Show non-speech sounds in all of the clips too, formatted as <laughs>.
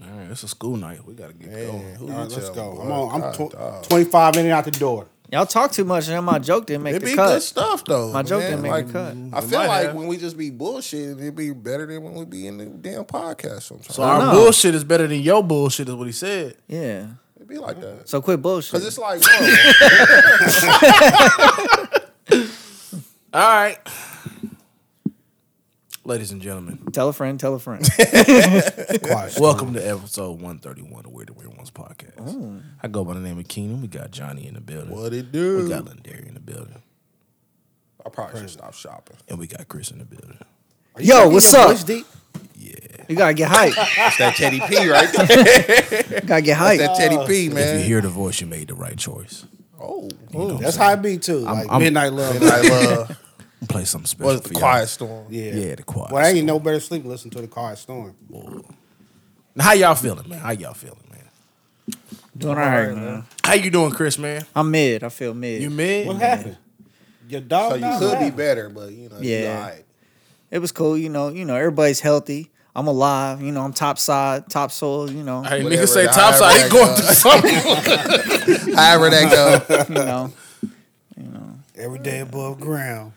All right, it's a school night. We gotta get going. Who- Who you Dog, let's tell, go. boy? I'm on. I'm God, tw- dog. 25 in and out the door. Y'all talk too much, and then my joke didn't make It the be cut. good stuff though. My joke man. didn't make Like, the cut. mm. I It feel might like have. when we just be bullshitting, it'd be better than when we be in the damn podcast sometimes. So our know. bullshit is better than your bullshit, is what he said. Yeah. it'd be like that. So quit bullshit. Cause it's like, whoa, All right. Ladies and gentlemen, tell a friend. Tell a friend. Quiet. welcome to episode 131 of Weird and Weird Ones podcast. I go by the name of Keenan. We got Johnny in the building. Mm. what it We do? got Lindari in the building. I probably should stop shopping. And we got Chris in the building. Yo, what's up? Yeah. You gotta <laughs> get hype. It's that Teddy P right there. You gotta get that hype. Teddy P If you man. hear the voice, you made the right choice. Oh, You know what I'm That's saying? how it be too. Like I'm- midnight love. and I <laughs> love play something special. what's for the y'all. Quiet Storm. Yeah. Yeah, the quiet. Well, I ain't no better sleep. than Listen to the car storm. Now, how y'all feeling, man? How y'all feeling, man? Doing all right, man. How you doing, Chris, man? I'm mid. I feel mid. You mid? What happened? Your dog. So you not could be laughing. better, but you know, yeah. you Yeah. all right. It was cool. You know. You know. Everybody's healthy. I'm alive. You know. I'm top side, top soil. You know. Hey, Whatever nigga say the top side. He hierarchy going of- through something. <laughs> However <laughs> that go. <laughs> You know. every day above ground.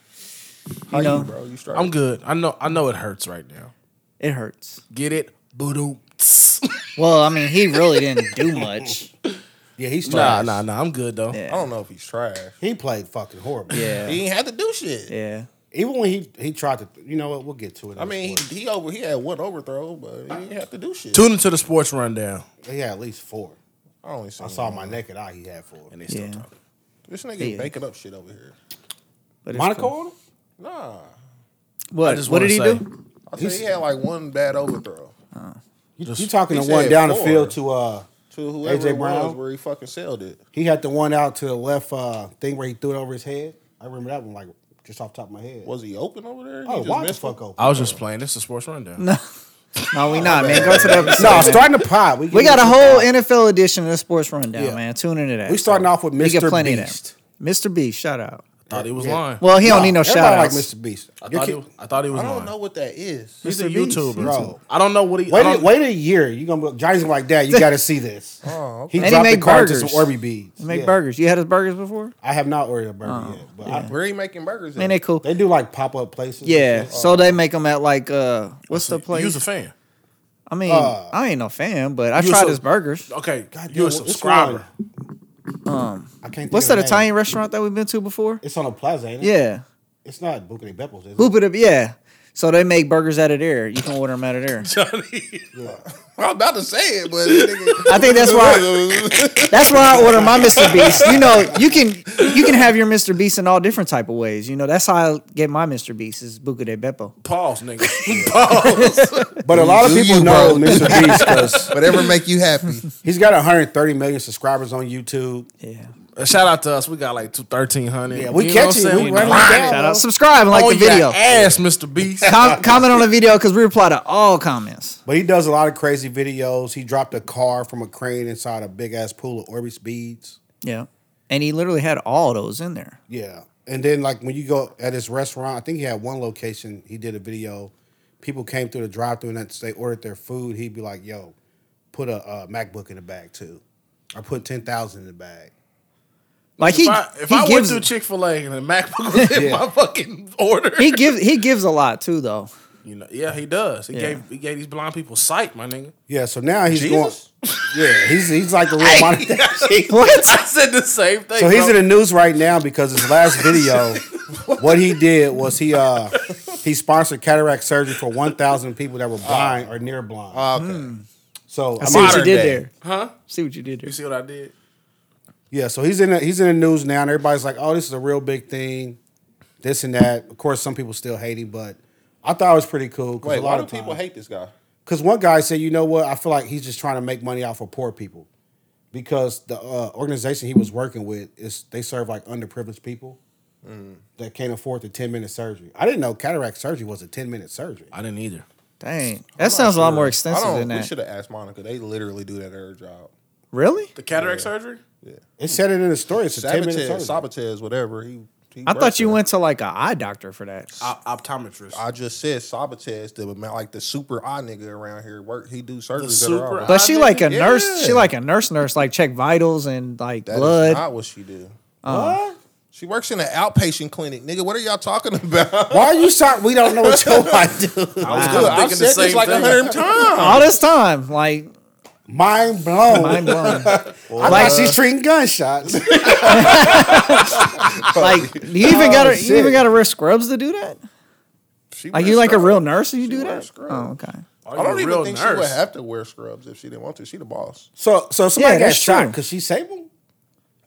How know. you, bro? You straight? I'm good. I know. I know it hurts right now. It hurts. Get it? <laughs> Boo Well, I mean, he really didn't do much. Yeah, he's Nah, trash. nah, nah. I'm good though. I Yeah. don't know if he's trash. He played fucking horrible. Yeah. He ain't had to do shit. Yeah. Even when he he tried to, you know what? We'll get to it. I mean, he, he over he had one overthrow, but he didn't have to do shit. Tune into the sports rundown. he had at least four. I only seen I saw one. my naked eye. He had four. And they still Yeah. talking. This nigga Yeah. making up shit over here. But it's Monaco cool. on him? Nah, I What? just What wanna did he say- do? I said he had like one bad overthrow You, Just- you talking he to one said down the four. field to uh? to whoever AJ it was Brown? where he fucking sailed it. He had the one out to the left uh thing where he threw it over his head. I remember that one like just off the top of my head. Was he open over there? He oh, just why the missed fuck him? open? I was just playing. This is sports rundown. No. No, we not, man. Go to the episode. <laughs> Oh, <laughs> <laughs> No, starting the pod. We, We got a can- whole NFL edition of the sports rundown, Yeah. man. Tune into that. We starting off with You get Mr. plenty of that. Beast. Mr. Beast, shout out. Thought he was Yeah. lying. Well, he don't Nah, need no everybody shout like outs. Mr. Beast. I Your thought, kid- he, I thought he was I don't lying. know what that is. He's a Mr. Beast, YouTuber. bro. I don't know what he. I Wait, don't, a- wait a year. You gonna be, Johnny's gonna be like, Dad, <laughs> you got to see this. Oh, okay. he And he dropped the make card to some burgers. Orby beads. They make Yeah. burgers. You had his burgers before? I have not ordered a burger yet, but I, Where he making burgers? Man, at? they cool. they do like pop up places. and Yeah. shit. Oh, So they make them at like uh what's the You was place? a fan. I mean, Uh, I ain't no fan, but I you a tried sub- his burgers. Okay, God you a damn, what's subscriber. Um, I can't. think What's of that the name. Italian restaurant that we've been to before? It's on a plaza, ain't it? Yeah. It's not Buca de Beppo's, is it? Boop it up, yeah. So they make burgers out of there. You can order them out <laughs> of there. Johnny. I'm about to say it, but this nigga, I think that's why <laughs> that's why I order my Mr. Beast. You know, you can you can have your Mr. Beast in all different type of ways. You know, that's how I get my Mr. Beast is Buca de Beppo. Pause, <laughs> nigga. <laughs> Pause. But a lot of Do people you, know bro? Mr. Beast because whatever make you happy. <laughs> he's got 130 million subscribers on YouTube. Yeah. Uh, Shout out to us. We got like two thirteen hundred. Yeah, we catching it. We running it down. Shout out. Subscribe and like the video. Oh, ass, Mr. <laughs> Beast. Com- comment on the video because we reply to all comments. But he does a lot of crazy videos. He dropped a car from a crane inside a big ass pool of Orbeez beads. Yeah. And he literally had all those in there. Yeah. And then like when you go at his restaurant, I think he had one location, he did a video. People came through the drive through and that's- they ordered their food. He'd be like, yo, put a uh, MacBook in the bag too. Or put 10,000 in the bag. Like he if I, if he I went gives to Chick Fil A and a MacBook was in Yeah. my fucking order, he gives he gives a lot too though. you know, yeah, he does. He Yeah. gave he gave these blind people sight, my nigga. Yeah, so now he's Jesus? going. Yeah, he's he's like a real modern. <laughs> What? I said the same thing. So he's in bro. the news right now because his last <laughs> video, what he did was he uh he sponsored cataract surgery for one thousand people that were blind or near blind. Ah. Okay, so Hmm. I see what you Modern did day. there. huh? See what you did You there. see what I did? yeah, so he's in the, he's in the news now, and everybody's like, "Oh, this is a real big thing," this and that. Of course, some people still hate him, but I thought it was pretty cool because wait, a lot why do of people people hate this guy? Because one guy said, "You know what? I feel like he's just trying to make money off of poor people." Because the uh, organization he was working with is they serve like underprivileged people that can't afford the ten minute surgery. I didn't know cataract surgery was a ten minute surgery. I didn't either. Dang. That sounds a lot more I extensive than don't. We that. should have asked Monica. They literally do that at her job. Really? The cataract surgery. It said it in the story. It's a ten minute Sabatez, surgery. Sabatez, whatever. He he I works thought you there. went to like an eye doctor for that. O- optometrist. I just said Sabatez, the man like the super eye nigga around here work. He do surgeries. super that are eye- eye. But she like a Yeah. nurse. She like a nurse nurse, like check vitals and like That is blood. not what she do. What? She works in an outpatient clinic, nigga. What are y'all talking <laughs> about? Why are you sorry? We don't know what your wife do. I was Dude, kinda I've thinking said the this same like a thing. <laughs> hundred times. All this time, like Mind blown. <laughs> mind blown. I thought she's treating gunshots. like you even got to you shit. even got to wear scrubs to do that. Oh, She Like wears you like a scrubs. real nurse and you do wears that. scrubs. Oh okay. I don't even think she would have. have to wear scrubs if she didn't want to. She the boss. so so somebody Yeah, got that's shot true. because she's sable.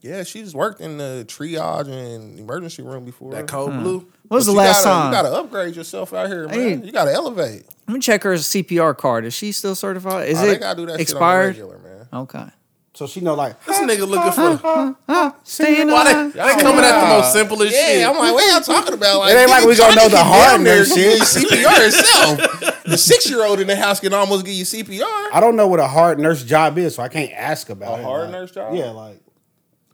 Yeah, she's worked in the triage and emergency room before. That cold blue. When But was the you last gotta- time? You gotta upgrade yourself out here, man. Hey. You gotta elevate. Let me check her CPR card. Is she still certified? Is I it think I do that expired? shit on the regular, man. Okay. So she know like This nigga looking <laughs> for. Staying Why they, alive. they coming at the most simplest Yeah, shit? I'm like, what y'all talking about? Like, It ain't like nigga, we gonna try know to the get heart down and there, shit. give you CPR itself. the six year old in the house can almost give you CPR. I don't know what a hard nard nurse job is, so I can't ask about A it. hard Like, nurse job? Yeah, like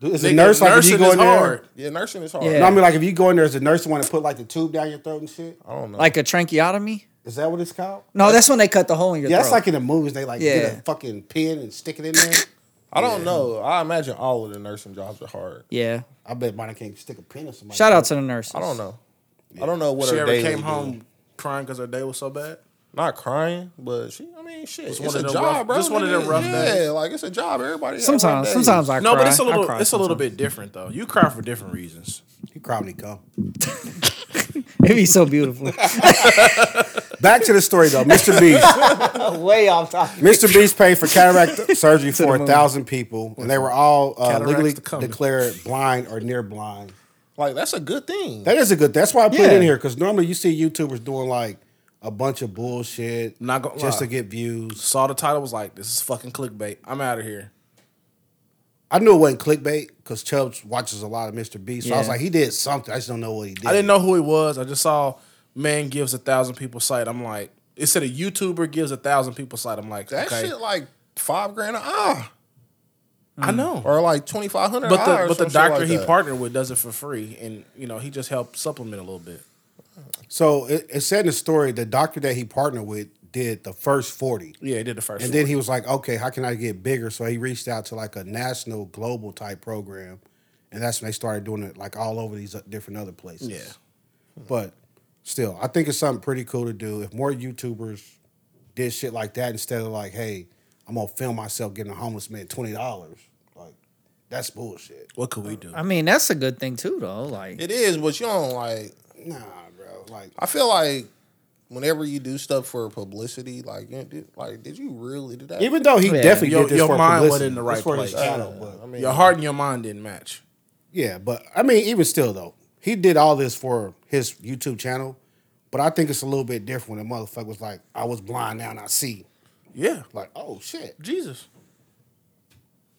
dude, is a Nigga, nurse like if you nursing go is in there? hard. Yeah, nursing is hard. Yeah. No, I mean like if you go in there, is a nurse want to put like the tube down your throat and shit? I don't know. <laughs> Like a tracheotomy? Is that what it's called? No, that's when they cut the hole in your Yeah, that's throat. like in the movies. They like get Yeah. a fucking pin and stick it in there. I don't know. I imagine all of the nursing jobs are hard. yeah. I bet mine can't stick a pin in somebody. Shout out to the nurses. I don't know. I don't know what she her ever daily came do. home crying because her day was so bad. Not crying, but she. I mean, shit. It's one a of them job, rough- bro. just one of them nigga. rough yeah, days. like it's a job. Everybody. got rough Sometimes, days. sometimes I cry. No, but it's a I little. cry It's a little sometimes. bit different though. You cry for different reasons. You probably go. <laughs> It'd be so beautiful. Back to the story though, Mr. Beast. <laughs> Way off topic. Mr. Beast paid for cataract surgery for a moon. thousand people, and they were all uh, Cataracts legally to come. declared blind or near blind. Like that's a good thing. That is a good. That's why I put it Yeah. in here because normally you see YouTubers doing like a bunch of bullshit, Not gonna just lie. to get views. Saw the title was like, this is fucking clickbait. I'm out of here. I knew it wasn't clickbait because Chubbs watches a lot of Mr. Beast, so I was Yeah. like, he did something. I just don't know what he did. I didn't know who he was. I just saw man gives a thousand people sight. I'm like, it said a YouTuber gives a thousand people sight. I'm like, That okay. shit like five grand an hour I know. or like twenty five hundred. But the but the doctor he partnered with does it for free, and you know he just helped supplement a little bit. So it, it said in the story the doctor that he partnered with did the first forty. Yeah, he did the first. And then he was like, okay, how can I get bigger? So he reached out to like a national, global type program. And that's when they started doing it like all over these uh, different other places. Yeah. Hmm. But still, I think it's something pretty cool to do. If more YouTubers did shit like that instead of like, hey, I'm going to film myself getting a homeless man $20, like, that's bullshit. what could we do? I mean, that's a good thing too, though. Like, It is, but you don't like. Nah, bro. Like, I feel like whenever you do stuff for publicity, like you did, like did you really do that? even though he Yeah. definitely Your- did this your for mind wasn't publicity, in the it's right for his place. channel, but- I mean, Your heart and your mind didn't match. Yeah, but I mean, even still though, he did all this for his YouTube channel. But I think it's a little bit different when the motherfucker was like, "I was blind now and I see." Yeah, Like, oh shit, Jesus.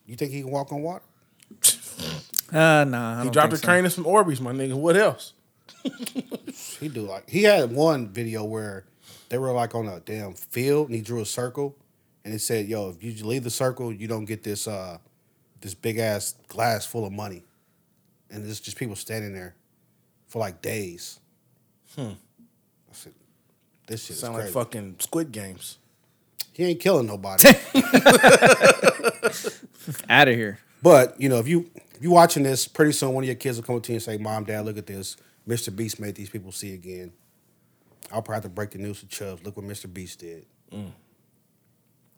you think he can walk on water? uh, nah. I He don't dropped a think so. crane and some Orbeez, my nigga. What else? He do like he had one video where they were like on a damn field and he drew a circle and it said, "Yo, if you leave the circle, you don't get this uh this big ass glass full of money." And it's just people standing there for like days. Hmm. I said, "This shit Sound is like crazy. fucking Squid Games. He ain't killing nobody." Out of here. But you know, if you if you watching this, pretty soon one of your kids will come up to you and say, "Mom, Dad, look at this. Mr. Beast made these people see again." I'll probably have to break the news to Chubbs. Look what Mr. Beast did. All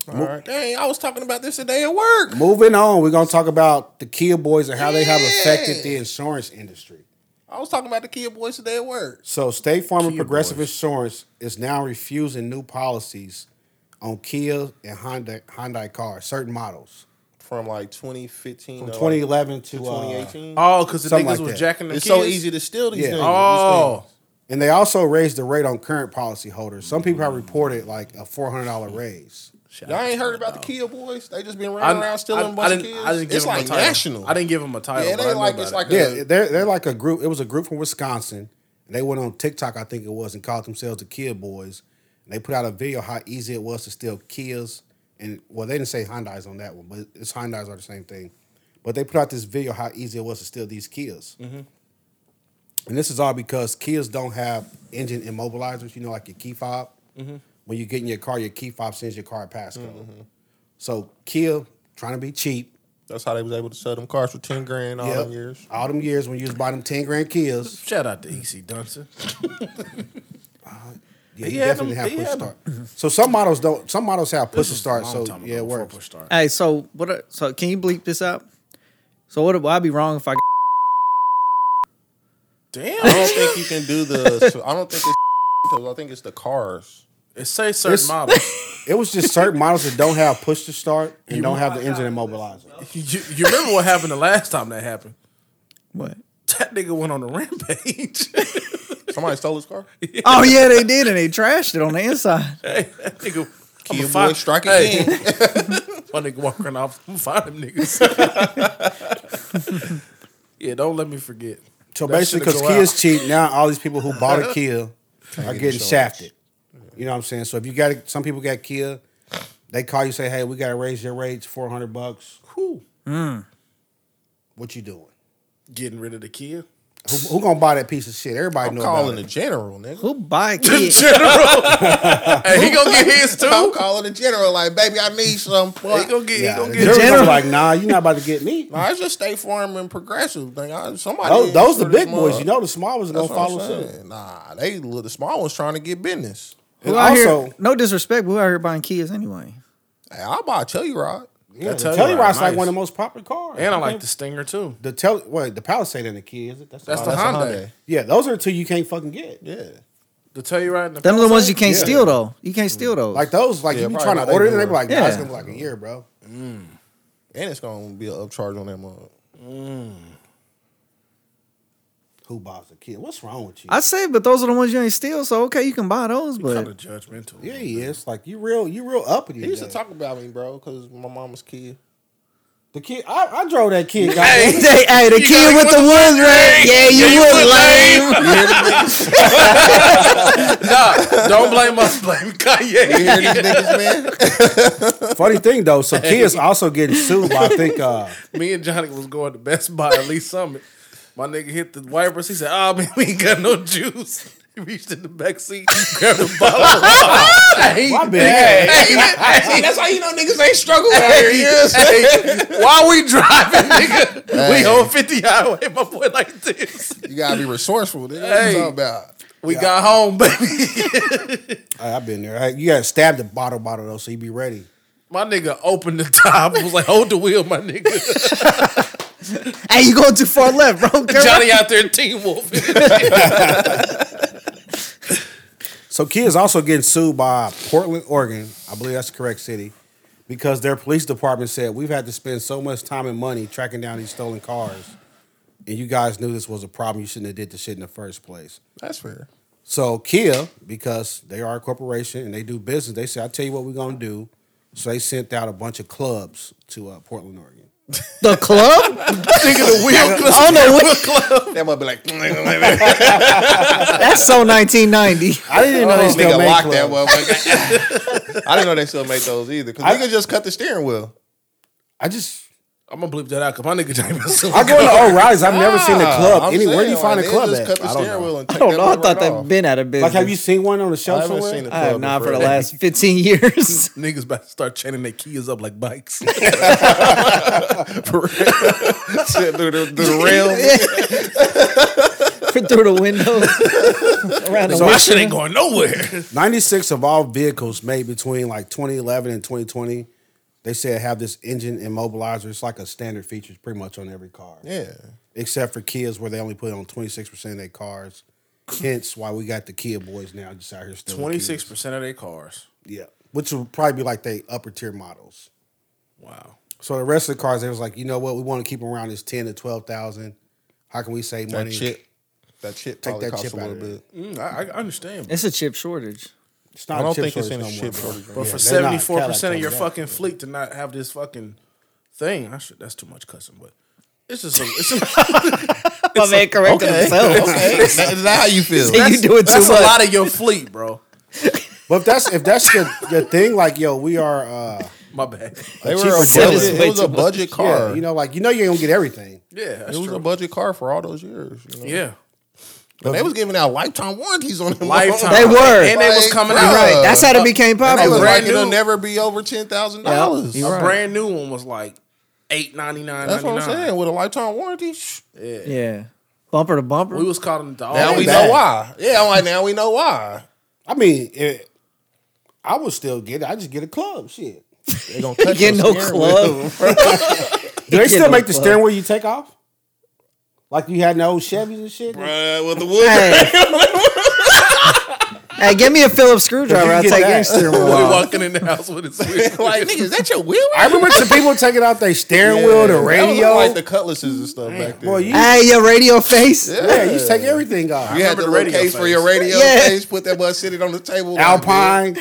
right. Dang, I was talking about this today at work. Moving on, we're gonna talk about the Kia boys and how they have Yeah. affected the insurance industry. I was talking about the Kia boys today at work. So, State Farm and Kia Progressive boys. Insurance is now refusing new policies on Kia and Honda Hyundai cars, certain models From like 2015 from to like, 2011 to, uh, 2018. Oh, because the Something niggas like was that. jacking the it's kids? so easy to steal these Yeah. things. Oh, And they also raised the rate on current policy holders. Some people have reported like a four hundred dollar raise. These things. Y'all ain't heard about the Kia boys? They just been I, running around stealing I- a I bunch of didn't, kids. I didn't give it's him a like title. national. I didn't give him a title. Yeah, but they I know like about it's it. like a, Yeah, they're they're like a group. It was a group from Wisconsin. And they went on TikTok, I think it was, and called themselves the Kia Boys. And they put out a video how easy it was to steal Kias, and well, they didn't say Hyundai's on that one, but it's Mm-hmm. Hyundai's are the same thing. But they put out this video how easy it was to steal these Kias. And this is all because Kias don't have engine immobilizers, you know, like your key fob. Mm-hmm. When you get in your car, your key fob sends your car a passcode. So Kia, trying to be cheap, That's how they was able to sell them cars for ten grand all yep, them years. all them years when you was buying them 10 grand Kias, Shout out to EC Dunson. yeah, He you had definitely them- have he push had start. So some models don't, some models have push to was a start, long so time yeah, ago it before works. push start. Hey, so what? Are, so can you bleep this out? So what? Would I be wrong if I? I Damn. don't think you can do the. I don't think it's. <laughs> 'cause I think it's the cars. It says certain <laughs> It's- models. It was just certain models that don't have push to start and don't have the engine immobilizer. you, you remember what happened the last time that happened? <laughs> <laughs> What? That nigga went on a rampage. <laughs> Somebody stole his car. Oh yeah, they did, and they trashed it on the inside. hey, that nigga. Kid I'ma boy, find- strike Hey. again. <laughs> My nigga walking off. I'm find them niggas. <laughs> yeah, don't let me forget. So That shit'll basically, because go Kia's out. cheap now, all these people who bought <laughs> a Kia are get getting insurance. shafted. You know what I'm saying? So if you got some people got Kia, they call you say, "Hey, we got to raise your rates 400 bucks." Whew. What you doing? Getting rid of the kid. Who, who gonna buy that piece of shit? Everybody I'm know calling about the it. general, nigga. Who buy a kid? hey, he gonna get <laughs> his too. I'm calling the general. Like, baby, I need some. He Boy. gonna get. Yeah, he gonna the get. general's general- like, "Nah, you're not about to <laughs> get me." Nah, it's just State Farm and Progressive. Thing. I, somebody. Those, those the screwed big them boys. up. You know, the small ones gonna That's what I'm follow suit. saying. Nah, they the small ones trying to get business. And Who out also, here? No disrespect, but who out here buying kids anyway? Hey, I'll buy a Telluride. yeah, That the Telluride's Telluride's like nice. one of the most popular cars. And I like the Stinger too. the tell. Wait, the Palisade and the Kia is it? That's one. the Oh, a Hyundai. Yeah, those are two you can't fucking get. Yeah. The Telluride. And the Them are the ones you can't Yeah. steal though. You can't steal those. Like those, like Yeah, you be probably trying what to they order it, doing. and they be like, nah, it's Yeah. gonna be like a year, bro. And it's going to be an upcharge on that mug. Who buys a kid? What's wrong with you? I say, but those are the ones you ain't steal. So okay, you can buy those, kind of but judgmental. yeah, he is. Like you real, you real uppity. He used to today. talk about me, bro, because my mama's kid. The kid, I, I drove that kid. guys. <laughs> hey, they- hey, the kid with the ones, right? Yeah, you would lame. nah, <laughs> <laughs> don't blame us. Blame <laughs> Kanye. You hear <laughs> these niggas, man? Funny thing though, so kids also getting sued by I think uh, <laughs> Me and Johnny was going to Best Buy at Lee Summit. My nigga hit the wipers. He said, "Oh <laughs> man, we ain't got no juice." He reached in the back seat, grabbed a <laughs> bottle. hey, my bad. See, <laughs> that's how you know niggas ain't struggling out here. Yes. hey, while we driving, nigga, we on 50 highway. My boy like this. You gotta be resourceful. Nigga. What Hey. you talking about? We got home, baby. <laughs> I, I've been there. Hey, you gotta stab the bottle bottle though, so you be ready. My nigga opened the top. Was like, hold the wheel, my nigga. Hey, you going too far left, bro? Girl. Johnny out there, Team Wolf. So kids also getting sued by Portland, Oregon. I believe that's the correct city. Because their police department said we've had to spend so much time and money tracking down these stolen cars, and you guys knew this was a problem. You shouldn't have did the shit in the first place. That's fair. So Kia, because they are a corporation and they do business, they said, "I tell you what, we're gonna do." So they sent out a bunch of clubs to uh, Portland, Oregon. The club? nigga, <laughs> Oh, <laughs> the wheel clutch. I don't know. What, That might be like, <laughs> nigga, that's so 1990. I didn't know they still made Oh, lock clubs. that motherfucker. I didn't know they still make those either. Cause niggas just cut the steering wheel. I just I'm gonna bleep that out because my nigga Johnny was so I go to O'Reilly's. I've never seen a Ah, club I'm anywhere. Where do you saying, find like, a they club just at? cut the I don't steering know. wheel and I take don't know. I thought that they've been out of business. Like, have you seen one on the I shelf haven't somewhere? seen a I club have not for before. the last <laughs> 15 years. niggas about to start chaining their keys up like bikes. Shit, through the, through the rail. <laughs> Through the window. <laughs> Around the My window. shit ain't going nowhere. 96 of all vehicles made between like 2011 and 2020, they said have this engine immobilizer. It's like a standard feature pretty much on every car. Yeah. Except for Kias where they only put it on 26% of their cars. Hence why we got the Kia boys now just out here still. with Twenty six Kias. percent of their cars. Yeah. Which would probably be like they upper tier models. Wow. So the rest of the cars, they was like, you know what? We want to keep 'em around this 10 to 12,000. How can we save That money? chip. That chip Take probably that costs chip a out little of there. bit. Mm, I, I understand, bro. It's a chip shortage. It's not I a don't chip think it's in shortage a no chip more, bro. shortage. but Yeah, for they're not. seventy four percent Cadillac of your does that. fucking fleet to not have this fucking thing, I should, that's too much cussing. But it's just a, it's a, My man corrected <laughs> himself. Is that is that how you feel? Hey, <laughs> you doing too that's a much. lot of your fleet, bro. But if that's if that's your, your thing, like yo, we are uh My bad. They were cheaper a chip is budget, way it was too a much. budget car. uh, Yeah, you know, like you know, you ain't gonna get everything. <laughs> Yeah, that's it was true. a budget car for all those years. you know? yeah. But they was giving out lifetime warranties on them. Lifetime. They were. And they was coming Like, out. Right. Uh, That's how it became They was Brand popular. like, new. it'll never be over ten thousand dollars. Yeah, you A right. brand new one was like eight ninety nine. That's what I'm saying. With a lifetime warranty, shh. Yeah. Bumper to bumper. We was calling it the all now we black. know why. Yeah, I'm like now we know why. I mean, it, I would still get it. I just get a club. Shit. They gonna cut Get your no steering club. wheel. Do <laughs> they Get still no make the club. steering wheel you take off? Like you had in the old Chevys and shit? Bruh, with the wood. hey. hey, give me a Phillips You screwdriver. can I'll get take that. your <laughs> steering wheel. We off. walking in the house with his <laughs> Uh, like nigga, is that your wheel? I remember some people taking out their steering wheel, the radio. like the cutlasses and stuff back then. Boy, you, Hey, your radio face. yeah, you used to take everything off. you had remember the, the little radio case for face. your radio Yeah. case. Put that bus, sit it on the table. like, Alpine.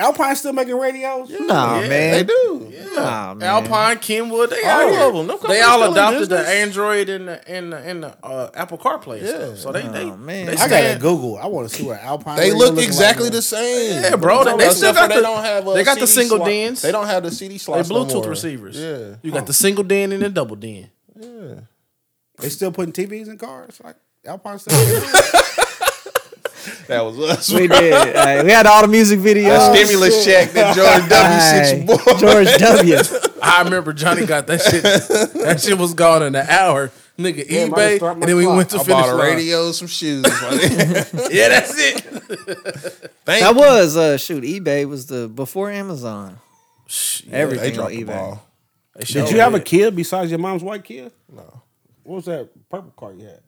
Alpine still making radios? Nah, yeah, they man. do. Nah, man. Alpine, Kenwood, they All all of here. them. Them They companies still all in adopted the business. Android and the and the, and the uh, Apple CarPlay. and stuff. So they they, Oh, man. they I gotta stand- Google. I want to see what Alpine. They radio look looking exactly like the same. Yeah, bro, they- they still Except for got the- uh, they got the single slot. DNs. They don't have the CD they slots. no Bluetooth more. receivers. Yeah. you got the single den and the double den. They still putting TVs in cars. Like Alpine <laughs> still. That was us. We did. Hey, we had all the music videos. stimulus check that George W. Oh, <laughs> Hey, sent your boy. George <laughs> W. I remember Johnny got that shit. that shit was gone in an hour. Nigga, Yeah, might as eBay, well and then we start my went to I finish bought a line. radio, some shoes. Like, <laughs> Yeah, that's it. Thank That you. was uh, shoot. eBay was the before Amazon. They Everything on dropped the eBay. ball. Oh, Did you have a kid besides your mom's white kid? No. What was that purple car you had?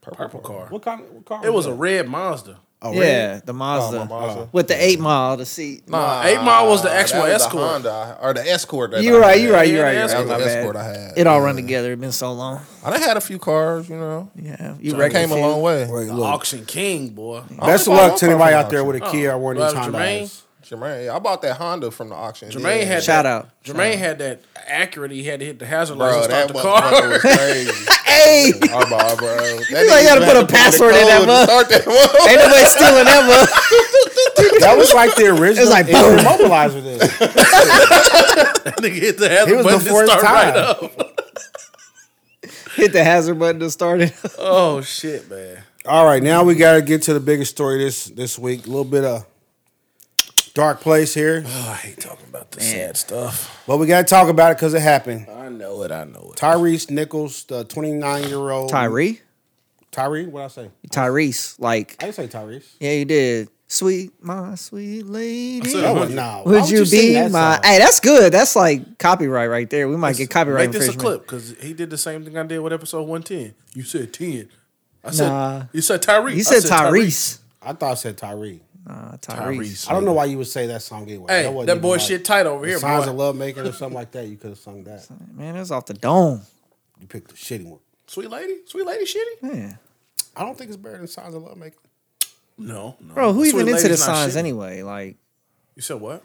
purple car? What kind? What car? It was a that? red Mazda. Oh, really? Yeah, the Mazda, Mazda. with the eight mile to see. Nah, Eight Mile was the Nah, actual that was the Escort. Honda, or the Escort. that You're I right. had. You're right. Yeah, You're right. the You're That right. was My the Escort bad. I had. It all Yeah. run together. It's been so long. I done had a few cars, you know. Yeah, you I wrecked came a a few. long way. Wait, The look. auction king, boy. Best of I bought luck one to anybody car from out there with Oh. a kid or one of Love these Hondas. <laughs> Jermaine. Jermaine, I bought that Honda from the auction. Jermaine Yeah. had Shout that, out. Jermaine had that accurate. He had to hit the hazard lights Bro, to start that the motherfucker car. <laughs> was crazy. <laughs> Hey, I bought, bro. That You nigga like gotta had put a to the password in that code to mother- Start that mother- ain't nobody stealing ever. That was like the original. It was like like, boom. immobilizer. Then Nigga hit the It hazard was button the to fourth start right time. up. Hit the hazard button to start it. <laughs> Oh shit, man. <laughs> All right, now we got to get to the biggest story this this week. A little bit of dark place here, Oh, I hate talking about the sad stuff. but we got to talk about it because it happened. I know it. I know it. Tyrese Nichols, the 29 year old <laughs> Tyree, Tyree, what I say? Tyrese, like I didn't say Tyrese. yeah, you did. Sweet, my sweet lady. said- That Would was you- nah. Why Would you, sing be that my? song? Hey, that's good. That's like copyright right there. We might get copyright Make this a clip infringement. because he did the same thing I did with episode one ten. You said ten. I said Nah. you said Tyrese. You I said, Tyrese. I thought I said Tyree. Nah, Tyrese. Tyrese. I don't know why you would say that song anyway. Hey, wasn't that even boy like shit tight over here, Signs boy. of love making or something like that. You could have sung that. Man, it was off the dome. You picked the shitty one. Sweet lady, sweet lady, shitty. Yeah. I don't think it's better than Signs of Love Making. No, no. Bro, who Sweet even into Lady's the not signs shitty. anyway? Like, You said what?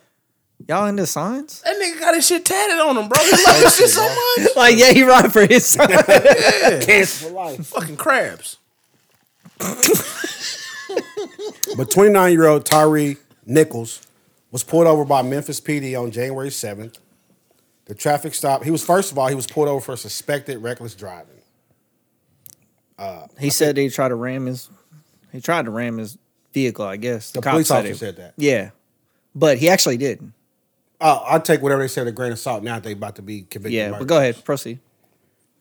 y'all into <laughs> signs? That nigga got his shit tatted on him, bro. <laughs> He like this shit so much. like, yeah, he ride for <laughs> his sign. Kiss for life. Fucking crabs. But 29 year old Tyree Nichols was pulled over by Memphis PD on January 7th. The traffic stop, he was, first of all, he was pulled over for suspected reckless driving. he said he tried to ram his, he tried to ram his vehicle, I guess. The, The cop police said officer it. said that. Yeah. But he actually didn't. Uh, I take whatever they said with a grain of salt now that they about to be convicted. Yeah, murderers. but go ahead, proceed.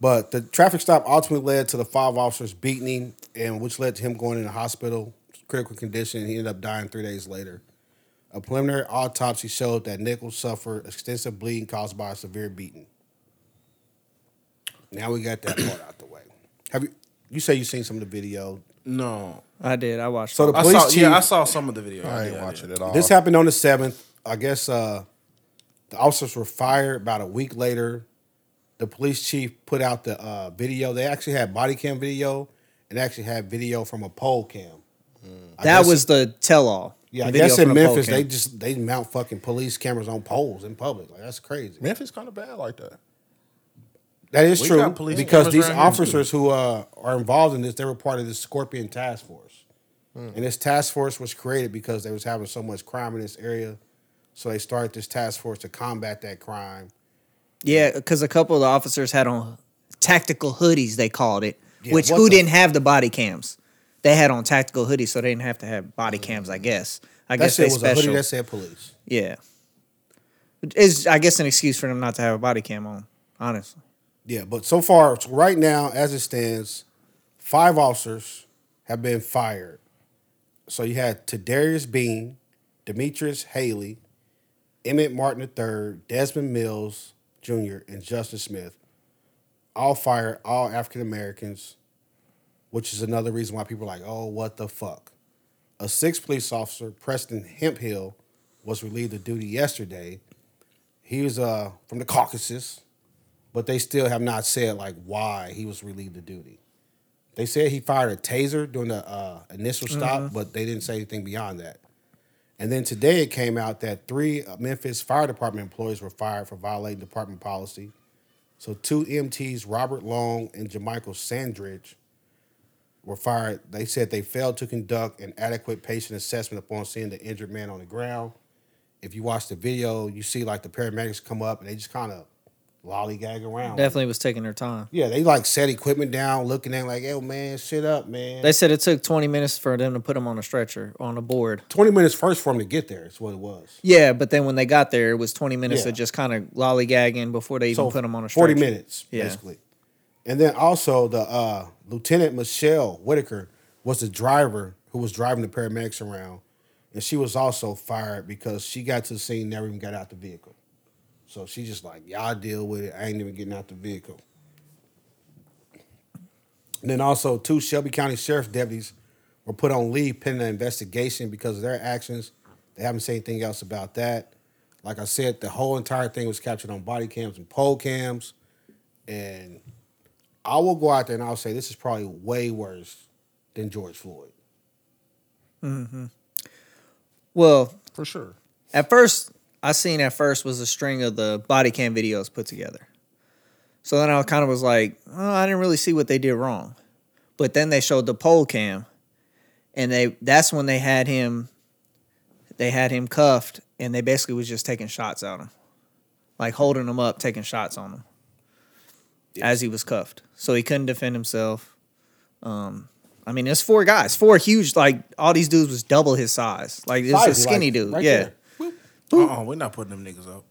But the traffic stop ultimately led to the five officers beating him, and which led to him going in the hospital, critical condition. He ended up dying three days later. A preliminary autopsy showed that Nichols suffered extensive bleeding caused by a severe beating. Now we got that part out the way. Have you? You say you seen some of the video. No, I did. I watched. So So the I police saw. chief. Yeah, I saw some of the video. I did, ain't did. watching it all. This happened on the seventh. I guess uh, the officers were fired about a week later. The police chief put out the uh, video. They actually had body cam video and actually had video from a pole cam. I that guess- was the tell-all. yeah. the I video guess from in the poll Memphis cam. they just they mount fucking police cameras on poles in public. Like that's crazy. Memphis kind of bad like that. That is We true got police because cameras these around here, officers who uh, are involved in this, they were part of the Scorpion Task Force, Hmm. and this task force was created because they was having so much crime in this area, so they started this task force to combat that crime. Yeah, because a couple of the officers had on tactical hoodies, they called it, Yeah, which what who the- didn't have the body cams. they had on tactical hoodies, so they didn't have to have body cams. I guess. I That guess they shit was a special. hoodie that said police. yeah. Is I guess an excuse for them not to have a body cam on. Honestly, Yeah, but so far, so right now, as it stands, five officers have been fired. So you had Tadarius Bean, Demetrius Haley, Emmett Martin III, Desmond Mills Jr., and Justin Smith. All fired, all African Americans, which is another reason why people are like, oh, what the fuck? A sixth police officer, Preston Hemphill, was relieved of duty yesterday. He was uh, from the Caucasus but they still have not said like why he was relieved of duty. They said he fired a taser during the uh, initial stop, but they didn't say anything beyond that. And then today it came out that three Memphis Fire Department employees were fired for violating department policy. So two MTs, Robert Long and Jamichael Sandridge, were fired. They said they failed to conduct an adequate patient assessment upon seeing the injured man on the ground. If you watch the video, you see like the paramedics come up and they just kind of lollygag around. definitely was taking their time. Yeah, they like set equipment down, looking at it like, "Yo, man, shit up, man." They said it took 20 minutes for them to put him on a stretcher on a board. twenty minutes first for him to get there is what it was. Yeah, but then when they got there, it was 20 minutes Yeah. of just kind of lollygagging before they even put him on a stretcher. forty minutes Yeah. basically. And then also the uh, Lieutenant Michelle Whitaker was the driver who was driving the paramedics around, and she was also fired because she got to the scene, never even got out the vehicle. So she just like, "Y'all deal with it. I ain't even getting out the vehicle." And then also two Shelby County Sheriff deputies were put on leave pending an investigation because of their actions. They haven't said anything else about that. Like I said, the whole entire thing was captured on body cams and pole cams. And I will go out there and I'll say this is probably way worse than George Floyd. Well, for sure. at first, I seen at first was a string of the body cam videos put together. So then I kind of was like, oh, I didn't really see what they did wrong. But then they showed the pole cam, and they that's when they had him, they had him cuffed, and they basically was just taking shots at him, like holding him up, taking shots on him, as he was cuffed. So he couldn't defend himself. Um, I mean, there's four guys, four huge, like all these dudes was double his size, like it was a Size, like, skinny dude, right yeah. there. Uh-uh, we're not putting them niggas up.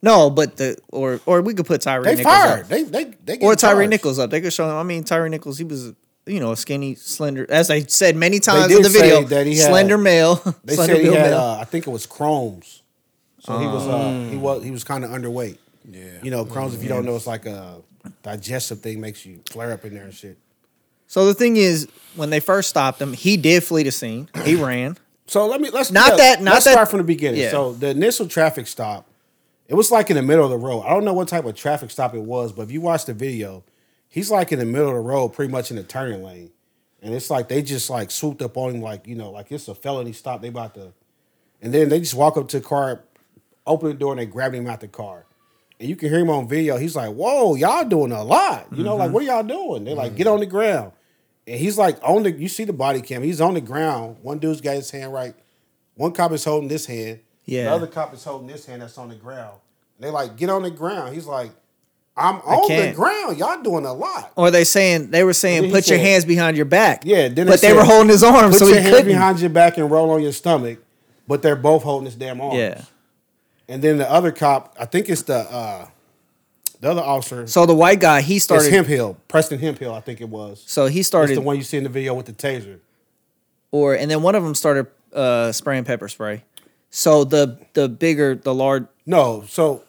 No, but the or or we could put Tyree They Nichols fired. up. They they they get or Tyree charged. Nichols up. They could show him. I mean, Tyree Nichols, he was you know a skinny, slender, as they said many times in did the video, say that he had- slender male. <laughs> They slender said he build had, male. uh, I think it was Crohn's, so he was uh, Mm. he was he was kind of underweight. Yeah. you know, Crohn's. If you don't know, it's like a digestive thing makes you flare up in there and shit. so the thing is, when they first stopped him, he did flee the scene. <clears throat> He ran. So let me let's Not that- not let's that- start from the beginning. yeah. So the initial traffic stop, it was like in the middle of the road. I don't know what type of traffic stop it was, but if you watch the video, he's like in the middle of the road, pretty much in the turning lane, and it's like they just like swooped up on him, like you know, like it's a felony stop. They about to, and then they just walk up to the car, open the door, and they grabbed him out the car. And you can hear him on video. He's like, "Whoa, y'all doing a lot, you know? Mm-hmm. Like, what are y'all doing?" They like, "Get on the ground." And he's like on the you see the body cam. He's on the ground. One dude's got his hand right. One cop is holding this hand. The Yeah. other cop is holding this hand that's on the ground. And they like, get on the ground. He's like, I'm on the can't. ground. Y'all doing a lot. Or they saying they were saying then he put your said- hands behind your back. Yeah, then but they said, they were holding his arm, Put so he your hand couldn't. behind your back and roll on your stomach. But they're both holding his damn arm. yeah. And then the other cop, I think it's the uh the other officer. So the white guy, he it's started. Hemphill, Preston Hemphill, I think it was. So he It's started, the one you see in the video with the taser. or and then one of them started uh, spraying pepper spray. So the the bigger, the large, No, so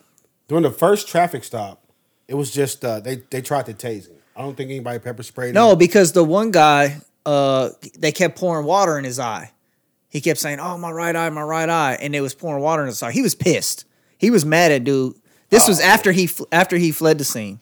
during the first traffic stop, it was just uh, they they tried to tase him. I don't think anybody pepper sprayed No, him. because the one guy, uh, they kept pouring water in his eye. He kept saying, "Oh, my right eye, my right eye," and it was pouring water in his eye. He was pissed. He was mad at dude. This was after he fl- after he fled the scene.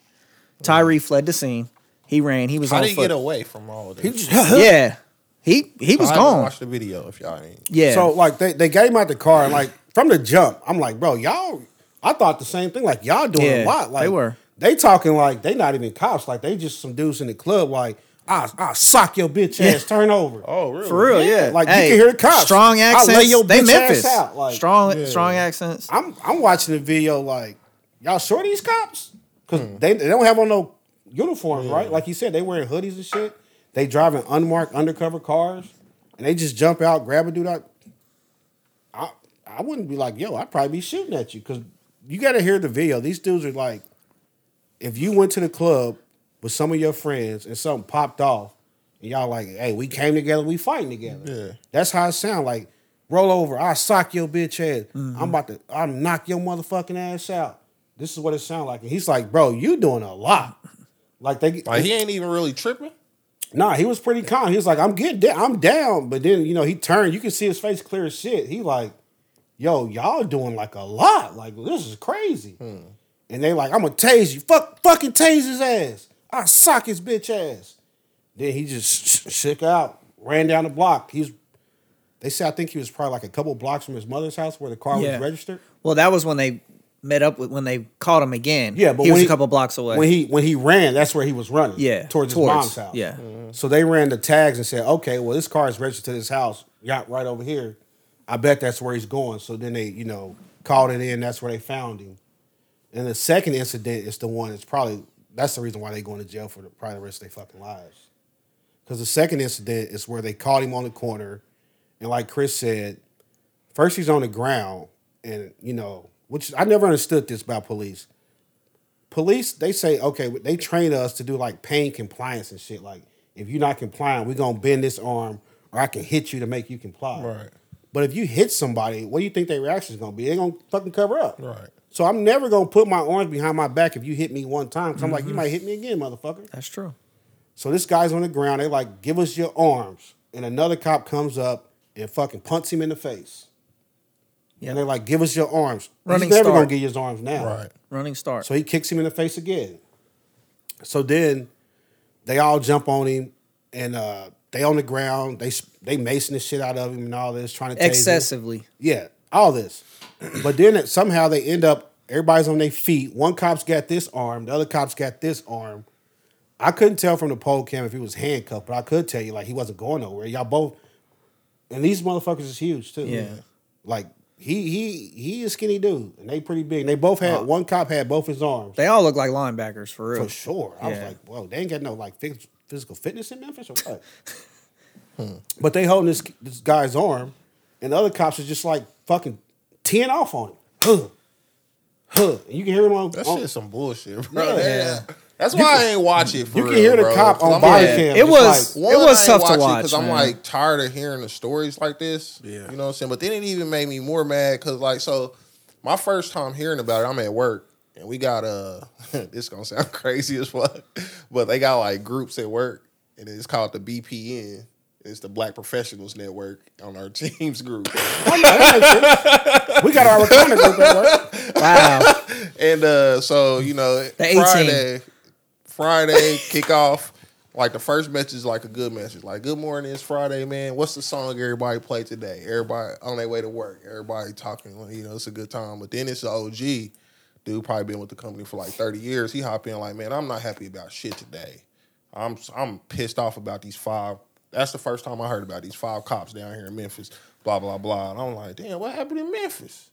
Tyree fled the scene. He ran. He was How on do you get foot. away from all of this? <laughs> yeah, he he was I haven't gone. watched the video if y'all ain't. Yeah. So like they, they got him out the car and like from the jump, I'm like, bro, y'all. I thought the same thing. Like y'all doing a Yeah, lot. Like they were. They talking like they not even cops. Like they just some dudes in the club. Like I I sock your bitch ass. Turn over. Oh, really? for real, yeah. like, you can hear the cops. Strong I'll accents. lay your they bitch Memphis. ass out, like- strong, Yeah. strong accents. I'm I'm watching the video like y'all sure these cops because they, they don't have on no uniforms right like you said they wearing hoodies and shit They driving unmarked undercover cars, and they just jump out, grab a dude. I, I, I wouldn't be like, yo, I'd probably be shooting at you because you got to hear the video. These dudes are like, if you went to the club with some of your friends and something popped off, and y'all like, hey, we came together, we fighting together. Yeah. That's how it sound like. Roll over, I sock your bitch ass. Mm-hmm. I'm about to, I knock your motherfucking ass out. This is what it sound like. And he's like, bro, you doing a lot. Like they, Like he ain't even really tripping. Nah, he was pretty calm. He was like, I'm getting down, I'm down. But then, you know, he turned, you can see his face clear as shit. He like, yo, y'all doing like a lot. Like, this is crazy. And they like, I'm gonna tase you. Fuck, fucking tase his ass. I sock his bitch ass. Then he just sh- sh- shook out, ran down the block. He's they said I think he was probably like a couple blocks from his mother's house where the car Yeah. was registered. Well, that was when they met up with when they caught him again. Yeah, but he when was a couple blocks away. When he when he ran, that's where he was running. yeah towards, his mom's house. Yeah, So they ran the tags and said, okay, well, this car is registered to this house, yacht right over here. I bet that's where he's going. So then they, you know, called it in. That's where they found him. And the second incident is the one that's probably, that's the reason why they going to jail for the, probably the rest of their fucking lives. Because the second incident is where they caught him on the corner. And like Chris said, first he's on the ground. And, you know, which I never understood this about police police they say okay they train us to do like pain compliance and shit like if you're not complying we're gonna bend this arm or i can hit you to make you comply Right. but if you hit somebody what do you think their reaction is gonna be they're gonna fucking cover up Right. so i'm never gonna put my arms behind my back if you hit me one time because i'm like you might hit me again motherfucker that's true. so this guy's on the ground. They like, give us your arms. And another cop comes up and fucking punts him in the face. Yeah. And they're like, give us your arms. Running He's never start. gonna get his arms now. Right. Running start. So he kicks him in the face again. So then they all jump on him and uh, they on the ground. They s- they macing the shit out of him and all this, trying to tase him. Excessively. Yeah, all this. But then it, somehow they end up, everybody's on their feet. One cop's got this arm, the other cop's got this arm. I couldn't tell from the pole cam if he was handcuffed, but I could tell you, like, he wasn't going nowhere. Y'all both, and these motherfuckers is huge too. Yeah. Like, he he he is skinny dude, and they pretty big. They both had, one cop had both his arms. They all look like linebackers for real. For sure. I was Yeah. like, whoa, they ain't got no like phys- physical fitness in Memphis or <laughs> what? Hmm. But they holding this this guy's arm, and the other cops are just like fucking teeing off on him. Huh. Huh. And you can hear him on, That on- shit's some bullshit, bro. Oh. Yeah. That- That's why I ain't watch it. For you can real, hear the bro. cop 'Cause on I'm body like- cam. It just was- like, It tough to because watch, I'm man. like tired of hearing the stories like this. Yeah. you know what I'm saying. But then it even made me more mad because like so, my first time hearing about it, I'm at work and we got uh, <laughs> this gonna sound <laughs> crazy as fuck, but they got like groups at work and it's called the BPN. It's the Black Professionals Network on our <laughs> team's group. we got our recliner group <laughs> at work. Wow. And uh, so you know, The 18. Friday, Friday kickoff. Like the first message is like a good message. Like, good morning, it's Friday, man. What's the song everybody play today? Everybody on their way to work. Everybody talking. You know, it's a good time. But then it's the OG dude. Probably been with the company for like thirty years. He hop in like, man, I'm not happy about shit today. I'm I'm pissed off about these five. That's the first time I heard about these five cops down here in Memphis. Blah blah blah. And I'm like, damn, what happened in Memphis?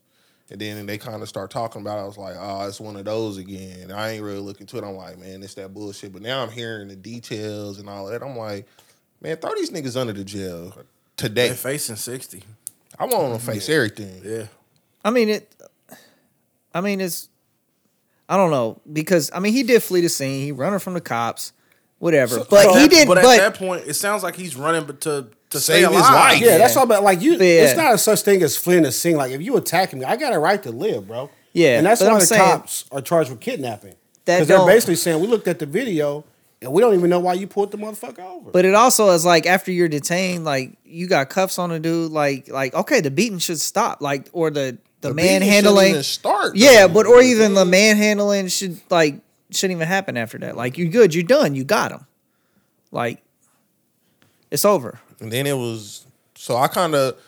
And then they kind of start talking about. It. I was like, oh, it's one of those again. I ain't really looking to it. I'm like, man, it's that bullshit. But now I'm hearing the details and all that. I'm like, man, throw these niggas under the jail They today. facing sixty. I want them to face everything. Yeah, I mean it. I mean it's. I don't know because I mean he did flee the scene. He running from the cops, whatever. but So he at- didn't. But But, at that point, it sounds like he's running, but to to stay Save his alive. life. Yeah, that's Yeah. all about like you. Yeah. It's not a such thing as fleeing a scene. Like if you attacking me, I got a right to live, bro. Yeah, and that's but why I'm the saying- cops are charged with kidnapping. That Because they're don't- basically saying we looked at the video and we don't even know why you pulled the motherfucker over. but it also is like after you're detained, like you got cuffs on a dude. Like like okay, the beating should stop. Like or the the, beating shouldn't manhandling. even start. Yeah, though. but or even the manhandling should like shouldn't even happen after that. Like you good, you done, you got him. Like it's over. And then it was so I kind of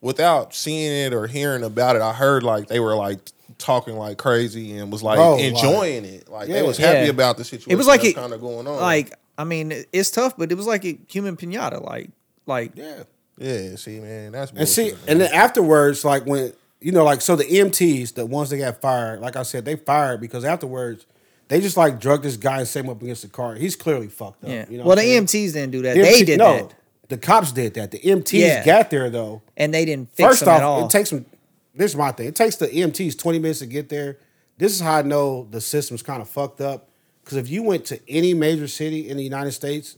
without seeing it or hearing about it, I heard like they were like talking like crazy and was like Bro, like- enjoying it. Like they was Oh, Yeah. happy about the situation. It was like that's it kind of Oh, going on. Like I mean, it- it's tough, but it was like a human pinata. Like like yeah. yeah, see, man, that's And see, bullshit, and man. then afterwards, like E when you know, like so the EMTs, the ones that got fired, like I said, they fired because afterwards They just like drug this guy and set him up against the car. He's clearly fucked up. Yeah. You know well, what the I'm saying? EMTs didn't do that. The they MT did no, that, The cops did that. The MTs Yeah. got there though. and they didn't fix First them at all. off, it takes them. This is my thing. It takes the E EMTs 20 minutes to get there. This is how I know the system's kind of fucked up. Because if you went to any major city in the United States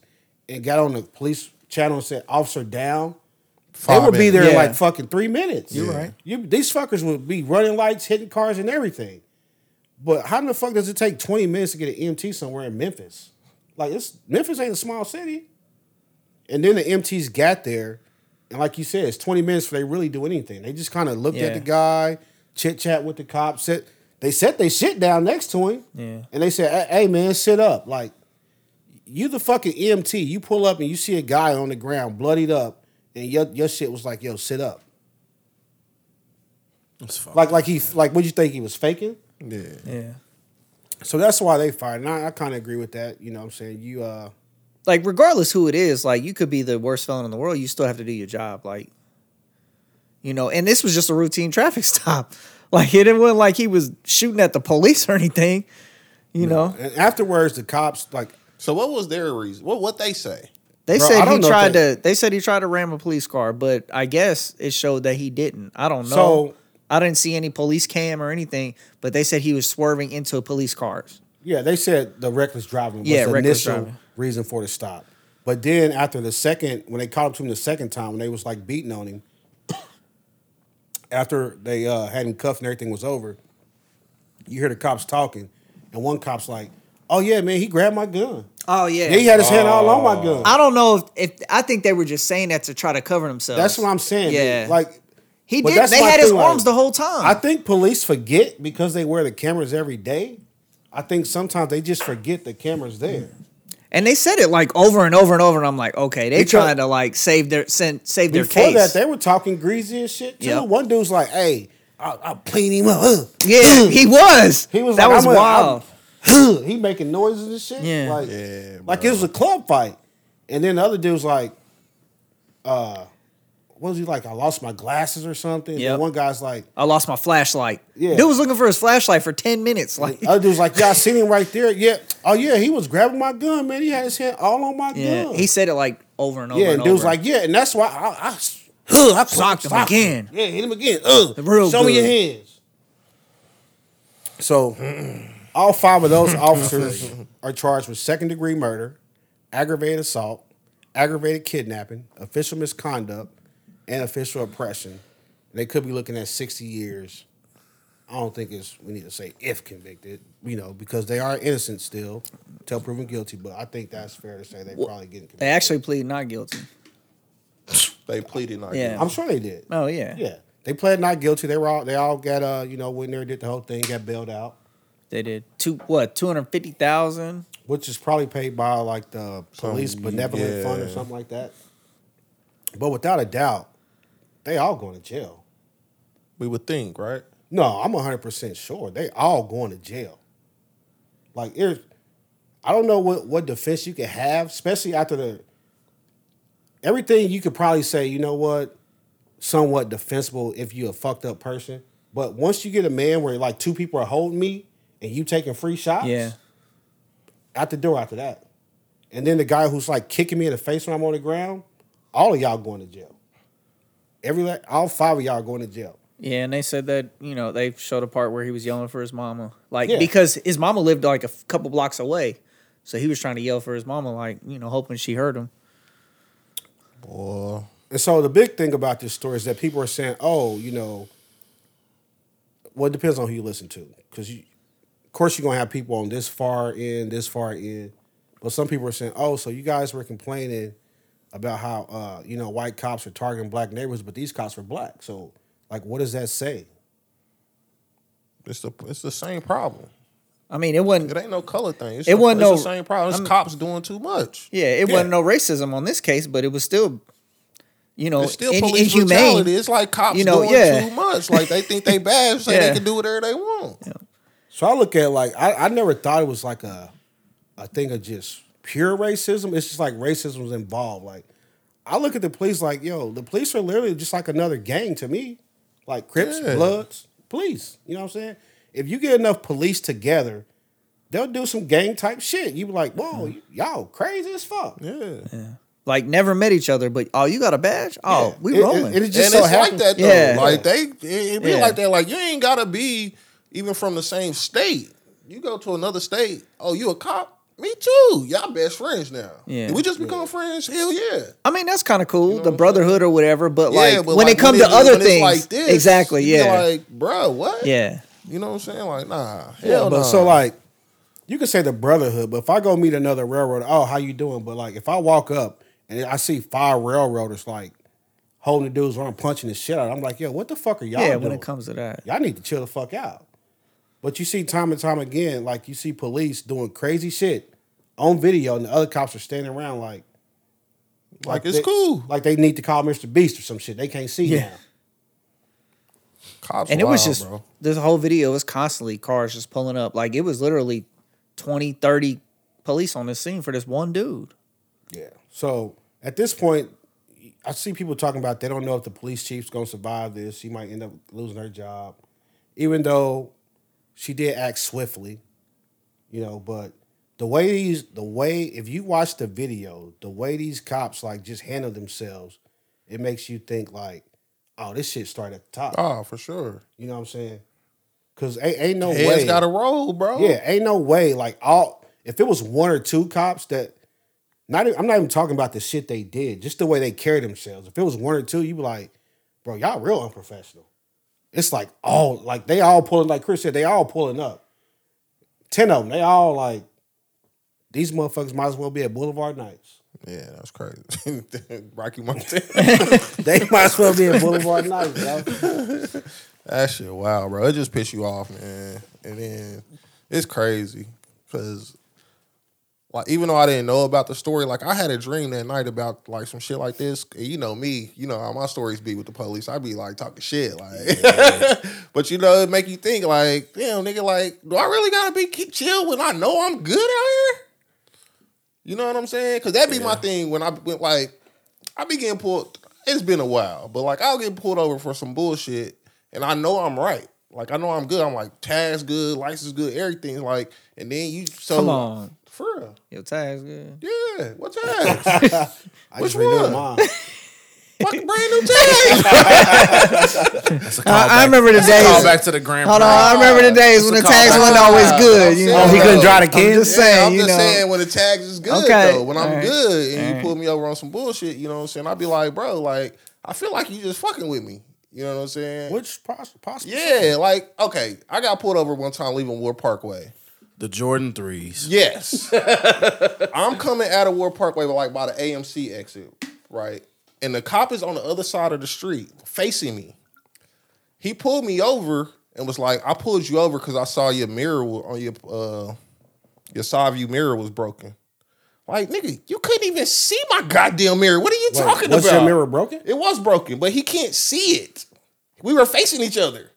and got on the police channel and said "officer down," Five they would be minutes. there in Yeah. like fucking three minutes. You're right. You, these fuckers would be running lights, hitting cars, and everything. But how the fuck does it take 20 minutes to get an MT somewhere in Memphis? Like it's Memphis ain't a small city. And then the MTs got there, and like you said, it's 20 minutes for they really do anything. They just kind of looked at Yeah. the guy, chit chat with the cops, said they set they shit down next to him. Yeah. And they said, Hey hey, man, sit up. Like you the fucking EMT. You pull up and you see a guy on the ground bloodied up, and your, your shit was like, yo, sit up. It's fucked. Like like he like what you think he was faking? Yeah. yeah. So that's why they fired. And I, I kind of agree with that. You know what I'm saying? You uh Like regardless who it is, like you could be the worst felon in the world, you still have to do your job. Like, you know, and this was just a routine traffic <laughs> stop. Like it wasn't like he was shooting at the police or anything. You know, and afterwards the cops like So what was their reason? What what they say? they Bro, I said don't he know if tried they- to. They said he tried to ram a police car, but I guess it showed that he didn't. I don't know. So- I didn't see any police cam or anything, but they said he was swerving into police cars. yeah, they said the reckless driving was Yeah, the reckless initial driving. reason for the stop. But then after the second, when they caught up to him the second time, when they was like beating on him, <coughs> after they uh, had him cuffed and everything was over, you hear the cops talking, and one cop's like, "Oh yeah, man, he grabbed my gun. Oh yeah, Oh. Yeah, he had his hand all on my gun." I don't know if, if I think they were just saying that to try to cover themselves. That's what I'm saying. Yeah. Yeah, like He But did. that's They my had his thing, like, arms the whole time. I think police forget because they wear the cameras every day. I think sometimes they just forget the cameras there. and they said it like over and over and over. And I'm like, okay, they Because- trying to like save their send, save their Before case. that, they were talking greasy and shit too. Yep. One dude's like, "Hey, I'll, I'll clean him up." Ugh. <clears throat> yeah, he was. He was That like, was I'm a- wild. I'm- <clears throat> he making noises and shit. Yeah. Like, Yeah, like it was a club fight. And then the other dude's like, uh, what was he like? I lost my glasses or something. And Yep. one guy's like, I lost my flashlight. Yeah. Dude was looking for his flashlight for ten minutes. Like, other dude's like, y'all seen him right there? Yeah. Oh yeah, he was grabbing my gun, man. He had his hand all on my yeah, gun. he said it like over and over. yeah. and And dude's over. like, yeah, and that's why I, I, I Socked him again. Yeah, hit him again. Ugh. Real Show me your good. hands. So, all five of <laughs> those officers are charged with second degree murder, aggravated assault, aggravated kidnapping, official misconduct, and official oppression. They could be looking at sixty years. I don't think it's we need to say if convicted, you know, because they are innocent still, till proven guilty. But I think that's fair to say they probably getting convicted. they actually plead not guilty. They pleaded not Yeah. guilty. I'm sure they did. Oh yeah, Yeah, they pled not guilty. They were all they all got uh you know went there did the whole thing got bailed out, they did two what two hundred fifty thousand. which is probably paid by like the police Some- benevolent fund or yeah. something like that. But without a doubt, they all going to jail. We would think, right? No, I'm 100 percent sure they all going to jail. Like it, I don't know what what defense you can have, especially after the everything you could probably say. You know what? Somewhat defensible if you a fucked up person, but once you get a man where like two people are holding me and you taking free shots, Yeah. out the door after that, and then the guy who's like kicking me in the face when I'm on the ground, all of y'all going to jail. Every la- all five of y'all going to jail. Yeah, and they said that you know they showed a part where he was yelling for his mama, like Yeah. because his mama lived like a f- couple blocks away, so he was trying to yell for his mama, like you know hoping she heard him. Boy. And so the big thing about this story is that people are saying, "Oh, you know," well, it depends on who you listen to, because you, of course, you're gonna have people on this far end, this far end, but some people are saying, "Oh, so you guys were complaining about how uh, you know white cops are targeting black neighborhoods, but these cops were black, so like, what does that say?" It's the it's the same problem. I mean, it wasn't. It ain't no color thing. It's It the, wasn't it's no- the same problem. It's cops doing too much. yeah, it wasn't no racism on this case, but it was still, you know, It's still Oh, in- police inhumane. brutality. It's like cops You know, doing yeah. too much. Like they think they bad, so <laughs> Yeah. they can do whatever they want. So I look at it like I, I never thought it was like a a thing of just pure racism. It's just like racism was involved. Like I look at the police like, yo, the police are literally just like another gang to me. Like Crips, Yeah. Bloods, police. You know what I'm saying? If you get enough police together they'll do some gang type shit. You be like, whoa, y- y'all crazy as fuck. Yeah. Like never met each other, but oh, you got a badge? Oh, we It- rolling. It, it, just and so it's happens. like that though. Yeah. Like they, it, it be Yeah. like that. Like you ain't gotta be even from the same state. You go to another state. Oh, you a cop? Me too. Y'all best friends now. Yeah. Did we just become friends? Hell yeah. I mean, that's kind of cool, the brotherhood or whatever. But like yeah, but when like, it comes to when other when it's things, like this, exactly. you be Yeah, Like, bro, what? yeah, You know what I'm saying? Like, nah. Yeah, Hell but nah. so like, you could say the brotherhood, but if I go meet another railroader, oh, how you doing? But like, if I walk up and I see five railroaders like holding the dudes around, punching the shit out, I'm like, yo, what the fuck are y'all yeah. doing? When it comes to that, y'all need to chill the fuck out. But you see time and time again, like you see police doing crazy shit on video, and the other cops are standing around like, like it's they- cool. like they need to call Mr. Beast or some shit. They can't see Yeah. now. Cops and it was wild, just bro. this whole video was constantly cars just pulling up. Like it was literally 20, 30 police on the scene for this one dude. Yeah. So at this point, I see people talking about they don't know if the police chief's gonna survive this. She might end up losing her job, even though she did act swiftly, you know. But the way these, the way if you watch the video, the way these cops like just handle themselves, it makes you think like, oh, this shit started at the top. Oh, for sure. You know what I'm saying? Because ain't, ain't no Heads way. got to roll, bro. Yeah, ain't no way. Like all, if it was one or two cops that, not even, I'm not even talking about the shit they did, just the way they carried themselves. If it was one or two, you be like, bro, y'all real unprofessional. It's like all like they all pulling like Chris said, they all pulling up. Ten of them, they all like these motherfuckers might as well be at Boulevard Nights. Yeah, that's crazy. <laughs> Rocky Mountain. They <laughs> might as well be at Boulevard Nights, yo. That shit, wow, bro. It just piss you off, man. And then it's crazy because, like, even though I didn't know about the story, like, I had a dream that night about like some shit like this. And you know me, you know how my stories be with the police. I be like talking shit, like, <laughs> but you know, it make you think, like, damn, nigga, like, do I really gotta be keep chill when I know I'm good out here? You know what I'm saying? Because that be my thing when I went like. I be getting pulled. It's been a while, but like I'll get pulled over for some bullshit, and I know I'm right. Like I know I'm good. I'm like tags good, license good, everything. Like, and then you so Come on, for real, your tag's good. yeah. What <laughs> tags? I Which just renewed one? mine. Fucking brand new <laughs> tags. That's a I, I callback. remember the days. Call back to the grand. Hold on, I remember the days when the It's a tags callback. wasn't always good. You know? Oh, he couldn't drive the I'm just Yeah, saying, I'm you just know. saying when the tags is good Okay. though. When I'm All right. good and All you right. pull me over on some bullshit, you know what I'm saying? I'd be like, bro, like I feel like you just fucking with me. You know what I'm saying? Which poss- possible? yeah, like okay, I got pulled over one time leaving Ward Parkway. The Jordan threes. Yes. I'm coming out of Ward Parkway, like by the AMC exit, right? And the cop is on the other side of the street facing me. He pulled me over and was like, I pulled you over because I saw your mirror wa- on your uh your side view mirror was broken. Like, nigga, you couldn't even see my goddamn mirror. What are you Wait, talking was about? your mirror broken? It was broken, but he can't see it. We were facing each other.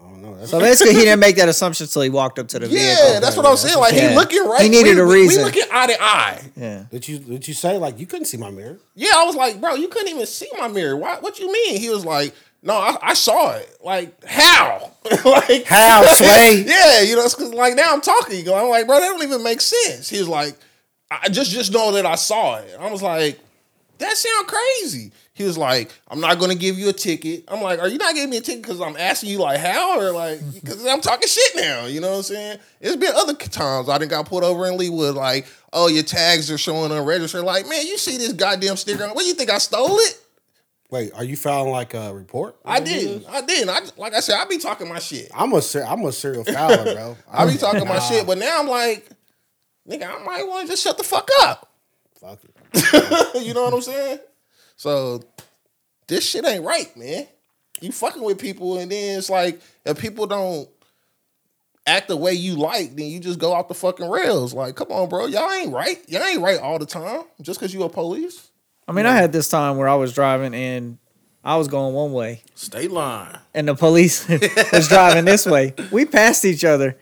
I don't know. That's So basically, he didn't make that assumption until he walked up to the vehicle. Yeah, that's what I'm saying. Like Yeah. he looking right. He needed we- a we- reason. We looking eye to eye. Yeah. Did you did you say like you couldn't see my mirror? Yeah, I was like, bro, you couldn't even see my mirror. Why, what you mean? He was like, no, I, I saw it. Like, how? <laughs> like <laughs> How, Slay? yeah, you know, it's 'cause, like now I'm talking. You know, I'm like, bro, that don't even make sense. He was like, I I just just know that I saw it. I was like, that sound crazy. He was like, I'm not gonna give you a ticket. I'm like, are you not giving me a ticket because I'm asking you like how or like because I'm talking shit now? You know what I'm saying? It's been other times I didn't got pulled over in Leewood like, oh your tags are showing unregistered. Like, man, you see this goddamn sticker? on- What you think I stole it? Wait, are you filing like a report? I didn't. I didn't. I like I said, I be talking my shit. I'm a ser- I'm a serial filer, bro. <laughs> I <laughs> be talking my shit, but now I'm like, nigga, I might want to just shut the fuck up. Fuck it. you know what I'm saying? So this shit ain't right, man. You fucking with people, and then it's like if people don't act the way you like, then you just go off the fucking rails. Like, come on, bro, y'all ain't right. Y'all ain't right all the time just because you a police. I mean, I had this time where I was driving and I was going one way, State line. and the police <laughs> was driving this way. We passed each other.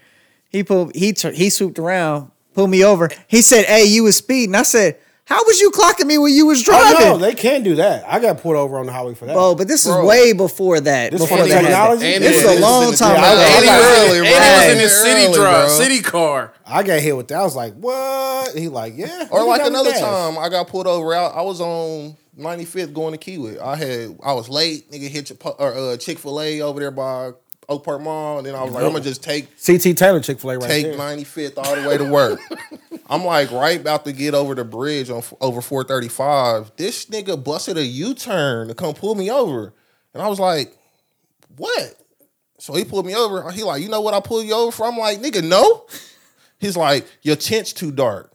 He pulled. He tur- he swooped around, pulled me over. He said, "Hey, you was speeding." I said, How was you clocking me when you was driving? Oh, no, they can do that. I got pulled over on the highway for that. Oh, but this is Bro. way before that. This before fucking that technology? And happened. This it is a is long in the time technology. ago. And it was- Early, Early, and it was in this early, city drive, bro. city car. I got hit with that. I was like, what? And he like, yeah. Or look like at that another gas. time, I got pulled over. I, I was on 95th going to Kiwi. I had I was late. Nigga hit Chipo- or, uh, Chick Fil A over there by Oak Park Mall, and then I was like, I'm gonna just take CT Taylor Chick Fil A right <laughs> take there. 95th all the way to <laughs> work. I'm like right about to get over the bridge on over 435. This nigga busted a U-turn to come pull me over, and I was like, "What?" So he pulled me over. He like, "You know what I pulled you over for?" I'm like, "Nigga, no." He's like, "Your tint's too dark."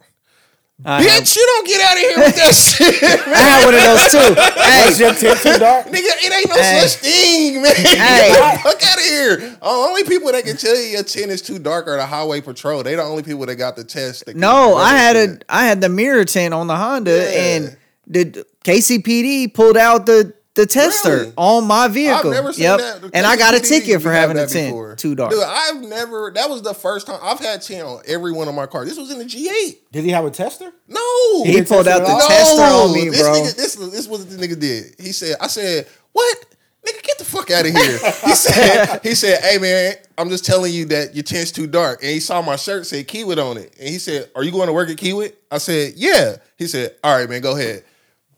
I had, Bitch, you don't get out of here with <laughs> that shit, <laughs> I had one of those too. Was your tint too dark? nigga. It ain't no Hey. such thing, man. <laughs> Hey. Get the fuck out of here. The only people that can tell you your tin is too dark are the highway patrol. They the only people that got the test. that can No, run I that had shit. a I had the mirror tint on the Honda, Yeah. and the KCPD pulled out the the tester Really? on my vehicle. I've never seen yep. that. And I got a KCPD, ticket for we had having a that tint before. too dark. Dude, I've never. That was the first time I've had tin on every one of my cars. This was in the G8. Did he have a tester? No, he pulled out the No, tester on me, this bro. Nigga, this, this what the nigga did. He said, I said, what? Nigga, get the fuck out of here. He said, he said, hey man, I'm just telling you that your tent's too dark. And he saw my shirt said Kiwit on it. And he said, Are you going to work at Kiwit? I said, Yeah. He said, All right, man, go ahead.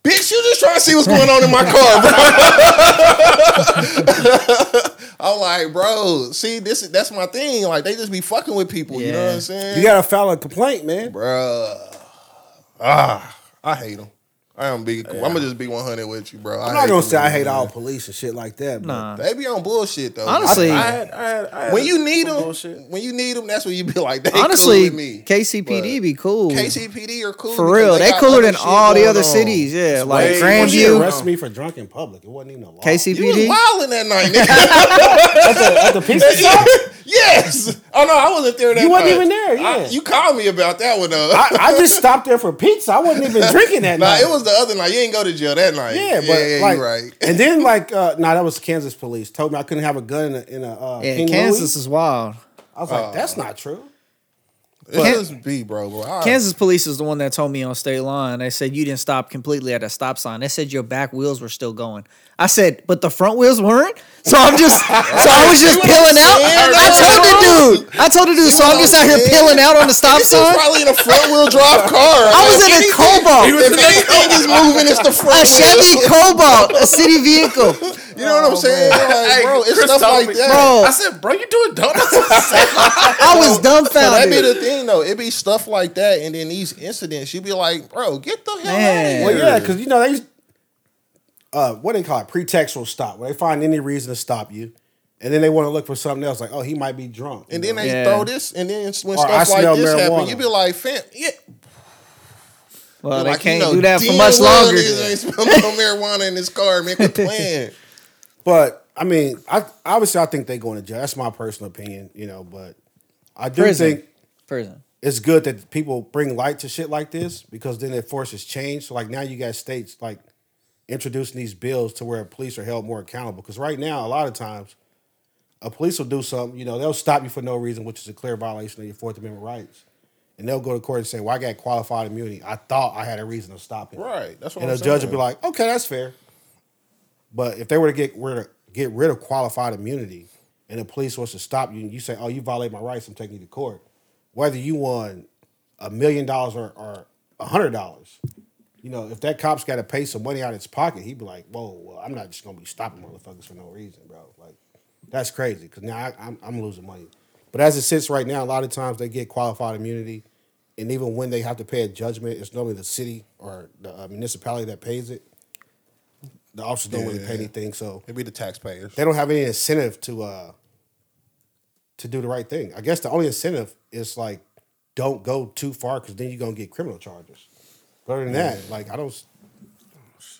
Bitch, you just trying to see what's going on in my car, bro. <laughs> I'm like, bro, see, this is that's my thing. Like, they just be fucking with people. You know Yeah. what I'm saying? You got a foul complaint, man. Bruh. Ah, I hate them. I am big. I'm gonna just be 100 with you, bro. I'm not gonna say I hate all police and shit like that. But Nah. They be on bullshit though. Honestly, I had, I had, I had when you need some them, bullshit. when you need them, that's when you be like, they honestly, cool with me. KCPD be cool. But KCPD are cool for because real, they, got cooler other than shit all the going other on. cities. Yeah, like way more He You- Grandview, arrested me for drunk in public. It wasn't even a law. You was KCPD. wilding that night, <laughs> nigga. <laughs> At the pizza shop? yes. Oh no, I wasn't there. That You wasn't night. even there, I- yeah. you called me about that one though. I, I just stopped there for pizza. I wasn't even drinking that <laughs> nah, night. it was the other night. You didn't go to jail that night. yeah, but yeah, like, you right. <laughs> and then like, uh, nah, that was Kansas police told me I couldn't have a gun in a, in a uh, Yeah, King Kansas Louis. is wild. I was Oh. like, that's not true. It just be, bro. bro. I- Kansas police is the one that told me on state line. They said you didn't stop completely at a stop sign. They said your back wheels were still going. I said, but the front wheels weren't. So I'm just, so I was just peeling <laughs> out. I told the dude, I told the dude, so I'm just out here peeling out on the stop This is sign. probably in a front wheel drive car. I was in a Cobalt, If anything is moving, it's the a front Chevy wheel. Cobalt, a city vehicle. You know what I'm saying? Like, Hey, bro, it's Chris stuff told like me- that. Bro. I said, bro, you doing <laughs> donuts? I That be was dumbfounded. the thing though. It be stuff like that, and then these incidents, you be like, "Bro, get the hell Man. out Well, of here!" yeah, because you know they, used- uh, what they call it, pretextual stop. Where they find any reason to stop you, and then they want to look for something else. Like, oh, he might be drunk. and then they Yeah. throw this, and then when Or, "I stuff like smell this happen, marijuana. you be like, "Fam, yeah." Well, they like, can't you know, do that for damn much well longer. niggas Ain't smell no marijuana in this car, man. Quit playing. But I mean, I obviously I think they going to jail. That's my personal opinion, you know. But I do Prison. think Prison. it's good that people bring light to shit like this because then it forces change. So like now you got states like introducing these bills to where police are held more accountable. Because right now, a lot of times, a police will do something, you know, they'll stop you for no reason, which is a clear violation of your Fourth Amendment rights. And they'll go to court and say, Well, I got qualified immunity. I thought I had a reason to stop it. Right. That's what And I'm the judge saying. will be like, okay, that's fair. But if they were to get were to get rid of qualified immunity and the police was to stop you and you say, Oh, you violate my rights, I'm taking you to court, whether you won a million dollars or or a hundred dollars, you know, if that cop's gotta pay some money out of his pocket, he'd be like, Whoa, well, I'm not just gonna be stopping motherfuckers for no reason, bro. Like that's crazy. Cause now I, I'm I'm losing money. But as it sits right now, a lot of times they get qualified immunity and even when they have to pay a judgment, it's normally the city or the uh, municipality that pays it. The officers don't really pay Yeah. anything, so It be the taxpayers. they don't have any incentive to uh to do the right thing. I guess the only incentive is like don't go too far because then you're gonna get criminal charges. But other than Mm. that, like I don't. s-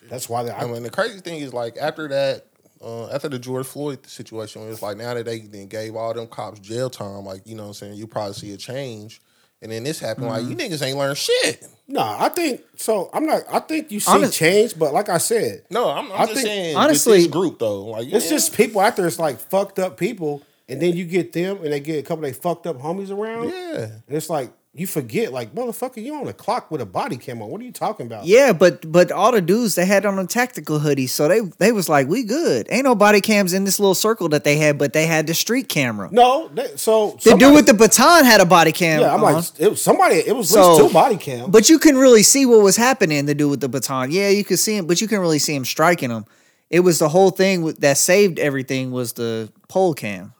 Oh, That's why they, I I mean, the crazy thing is like after that, uh, after the George Floyd situation, it was like now that they then gave all them cops jail time, like you know what I'm saying, you probably see a change. And then this happened, like you niggas ain't learned shit. no, I think so. I'm not. I think you see Honest- change, but like I said, No, I'm, I'm I just think- saying honestly, honestly, this group though, like It's yeah. just people out there. It's like fucked up people, and then you get them, and they get a couple of they fucked up homies around. Yeah. and it's like you forget, like, motherfucker, you on a clock with a body cam on. What are you talking about? Yeah, but but all the dudes they had on a tactical hoodie, so they they was like, we good. Ain't no body cams in this little circle that they had, but they had the street camera. No, that, so the dude somebody- with the baton had a body cam. Yeah, I'm on. like, it was somebody, it was at least So- two body cams. But you couldn't really see what was happening. The dude with the baton, yeah, you could see him, but you couldn't really see him striking him. It was the whole thing with, that saved everything was the pole cam.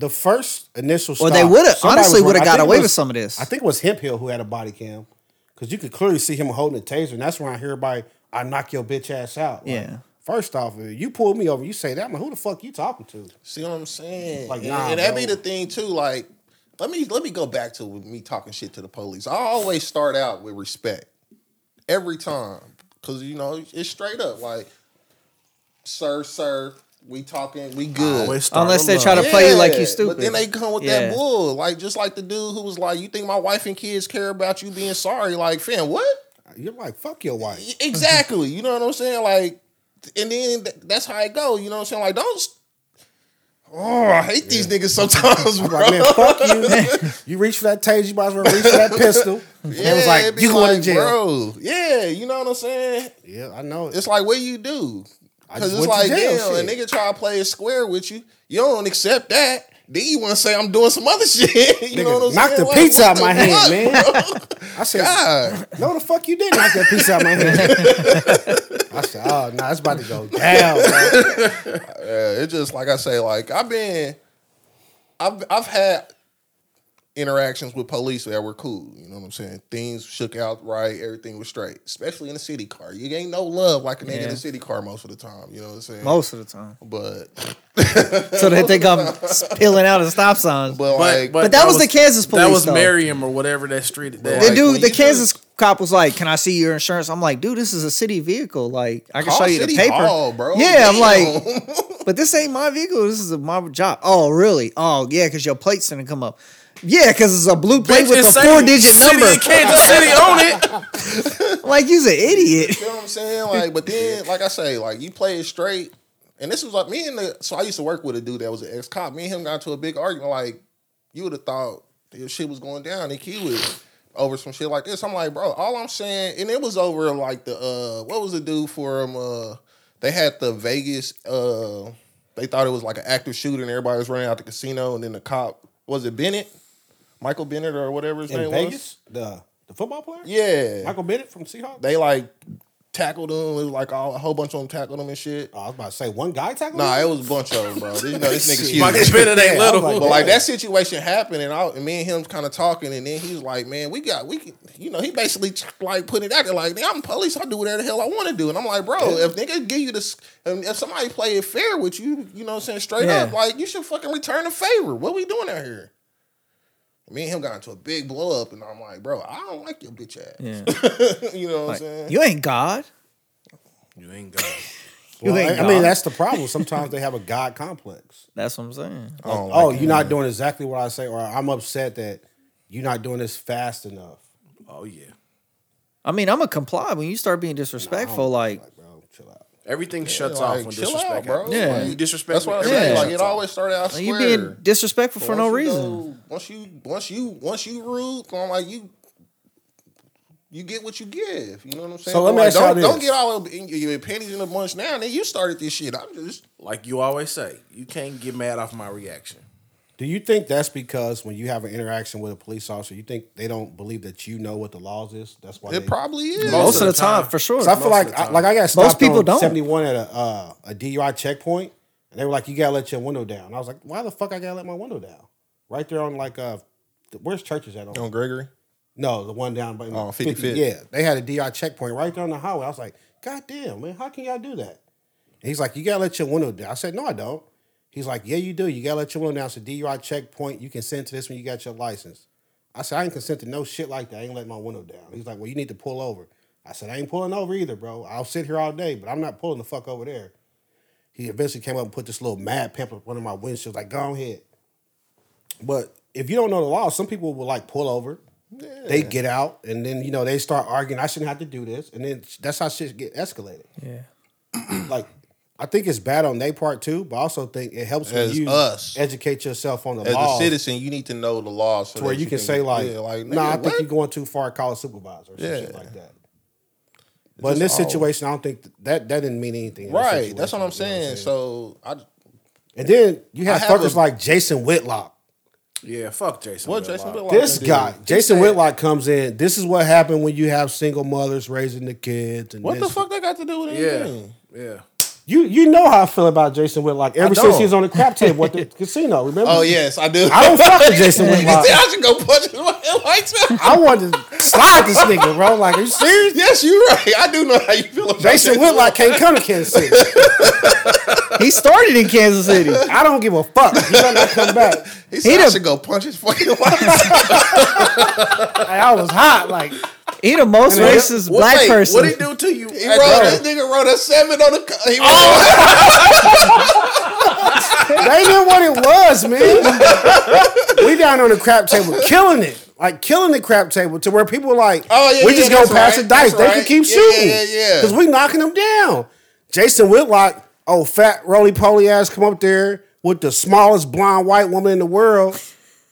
the first initial Or stop. they would've- somebody honestly was would've running- I got think it away was- with some of this. I think it was Hemp Hill who had a body cam because you could clearly see him holding a taser, and that's when I hear everybody, "I knock your bitch ass out." Like, Yeah. First off, if you pull me over, you say that. I'm like, who the fuck you talking to? See what I'm saying? Like, and, nah, and that be bro. the thing too. Like, let me let me go back to me talking shit to the police. I always start out with respect every time because you know it's straight up. Like, sir, sir, we talking, we good. Always start Unless with they love. try to play you like you Yeah, stupid. But then they come with Yeah. that bull, like just like the dude who was like, "You think my wife and kids care about you being sorry?" Like, fam, what? You're like, fuck your wife. Y- Exactly. you know what I'm saying? Like, and then th- that's how it go. You know what I'm saying? Like, don't. s- Oh, I hate these niggas sometimes, <laughs> bro. Like, man, fuck <laughs> you. You reach for that taser, you might as well reach for that pistol. yeah, it was like, it be you going to like, jail. bro. Yeah, you know what I'm saying? Yeah, I know. It's like, what you do? I Because just it's went like, to jail, damn, a shit. nigga try to play it square with you. You don't accept that. Then you want to say I'm doing some other <laughs> shit. you know Nigga, what I'm knock saying? the Like, pizza what out the my hand, fuck, man. bro? I <laughs> said, God. no, the fuck you didn't knock that piece out my hand. <laughs> I said, oh, nah, it's about to go down. bro. Yeah, it's just like I say, like I've been, I've I've had interactions with police that were cool. You know what I'm saying? Things shook out right, everything was straight. Especially in the city car, you ain't no love like a nigga in Yeah. the city car most of the time. You know what I'm saying? most of the time. But So they think I'm <laughs> spilling out at stop signs. but like But that was the Kansas That police, was though. Merriam or whatever that street. That, the like, dude, when the you Kansas cop was like, "Can I see your insurance?" I'm like, "Dude, this is a city vehicle. Like, I can call show you City the paper, Hall, bro. Yeah, I'm like, Damn. <laughs> <laughs> but this ain't my vehicle. This is a my job. Oh, really? Oh, yeah, because your plate's gonna come up. Yeah, because it's a blue plate Bitch, with a it's Sadie- four it's digit Sadie <laughs> number. <laughs> in Kansas City on it. Like, you's an idiot. <laughs> <laughs> You know what I'm saying? Like, but then, like I say, like you play it straight, and this was like me and the. So I used to work with a dude that was an ex cop. Me and him got into a big argument. Like, you would have thought if shit was going down, and he would over some shit like this. I'm like, bro, all I'm saying, and it was over like the uh, what was the dude for him? Uh, they had the Vegas. Uh, they thought it was like an active shooter, and everybody was running out the casino, and then the cop was it Bennett, Michael Bennett or whatever his In name Vegas, the, the football player? was. Yeah, Michael Bennett from Seahawks? they like tackled him. It was like all, a whole bunch of them tackled him and shit. Oh, I was about to say one guy tackled. Nah, him? it was a bunch of them, bro. You know, <laughs> this nigga's Michael huge. Bennett <laughs> ain't Yeah, I was little. like, But like that situation happened, and, I, and me and him kind of talking, and then he was like, "Man, we got we, can-" you know." He basically like put it out there, like, "Nigga, "I'm police. I do whatever the hell I want to do." And I'm like, "Bro, if nigga give you this, and if somebody play it fair with you, you know, what I'm saying straight Yeah. up, like you should fucking return the favor. What we doing out here?" Me and him got into a big blow up, and I'm like, "Bro, I don't like your bitch ass." Yeah. <laughs> you know what I'm Like, saying? you ain't God. <laughs> you ain't got. You Well, ain't I, I mean, God. that's the problem. Sometimes they have a God complex. That's what I'm saying. I don't like oh, you're not doing exactly what I say, or I'm upset that you're not doing this fast enough. Oh yeah. I mean, I'm gonna comply when you start being disrespectful. Like, Like, bro, chill out. Everything shuts like, off when chill disrespect out, bro. happens. Yeah. When you disrespect. That's me, what I'm everything saying. Yeah. Like it shuts off. always started out square. you being disrespectful for Once no you reason. go- once you once you once you rude, I'm like you you get what you give. You know what I'm saying? So let me Like, ask y'all don't, this. don't get all in your, your panties in a bunch now. Then you started this shit. I'm just Like you always say, you can't get mad off my reaction. Do you think that's because when you have an interaction with a police officer, you think they don't believe that you know what the laws is? That's why it they, probably is. most Most of the of the time, time. for sure. So I feel most of like the I, time. like I got stopped people on don't. 71 at a uh, a DUI checkpoint, and they were like, "You gotta let your window down." I was like, "Why the fuck I gotta let my window down?" Right there on like uh, th- where's churches at? On Gregory. No, the one down by Oh, 50, 55th. Yeah, they had a DI checkpoint right there on the highway. I was like, God damn, man, how can y'all do that? And he's like, You gotta let your window down. I said, No, I don't. He's like, Yeah, you do. You gotta let your window down. It's a DUI checkpoint. You consent to this when you got your license. I said, I ain't consent to no shit like that. I ain't letting my window down. He's like, Well, you need to pull over. I said, I ain't pulling over either, bro. I'll sit here all day, but I'm not pulling the fuck over there. He eventually came up and put this little mad pamphlet up under my windshield, like, go ahead. But if you don't know the law, some people will like pull over. They get out and then you know they start arguing. I shouldn't have to do this, and then that's how shit get escalated. yeah. Like I think it's bad on their part too, but I also think it helps when As you us. educate yourself on the As laws a citizen, you need to know the laws so to where that you, can, say like, yeah, like nah, I nigga, think what? you're going too far. Call a supervisor or some shit Yeah. like that. But in this just all- situation, I don't think th- that that didn't mean anything. in this right. That's what I'm situation, you saying. know So I And then you have, have fuckers a- like Jason Whitlock. Yeah, fuck Jason. what What Jason Whitlock This can do. guy, Jason Whitlock, comes in. This is what happened when you have single mothers raising the kids. And What the this. fuck that got to do with Yeah, anything? yeah. You you know how I feel about Jason Whitlock. Ever since don't. he was on the crap table <laughs> at the casino, remember? <laughs> Oh yes, I do. I don't fuck with <laughs> Jason Whitlock. See, I should go punch him <laughs> like I wanted to slide this nigga, bro. Like, are you serious? Yes, you're right. I do know how you feel about Jason that. Whitlock can't come to Kansas City. He started in Kansas City. I don't give a fuck. He better not come back. He said He I the- should go punch his fucking wife. Like, I was hot. Like, He the most racist What- black wait, person. What he do to you? He Hey, wrote this nigga wrote a seven on the. co- He wrote, they knew what it was, man. we down on the crap table, killing it. Like killing the crap table to where people were like, Oh, yeah, we yeah, just gonna that's pass right, the dice. that's They can right. keep Yeah, shooting. yeah, yeah. Cause we knocking them down. Jason Whitlock, oh fat roly poly ass, come up there with the smallest blonde white woman in the world.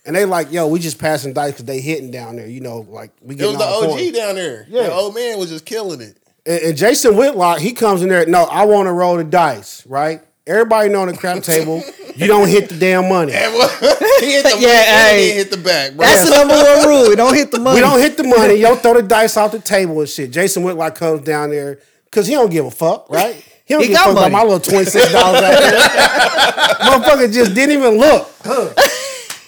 And they like, yo, we just passing dice because they hitting down there. You know, like we It getting was the all OG points. down there. Yeah. the old man was just killing it. And, and Jason Whitlock, he comes in there. No, I want to roll the dice, right? Everybody know on the crap table, you don't hit the damn money. And what- he hit the Yeah, yeah, hey. he hit the back, bro. That's the number one rule. Don't <laughs> hit the money. We don't hit the money. You don't throw the dice off the table and shit. Jason Whitlock comes down there because he don't give a fuck, right? He don't He give a got fuck money. about my little twenty six dollars out <laughs> there. Motherfucker just didn't even look. Huh.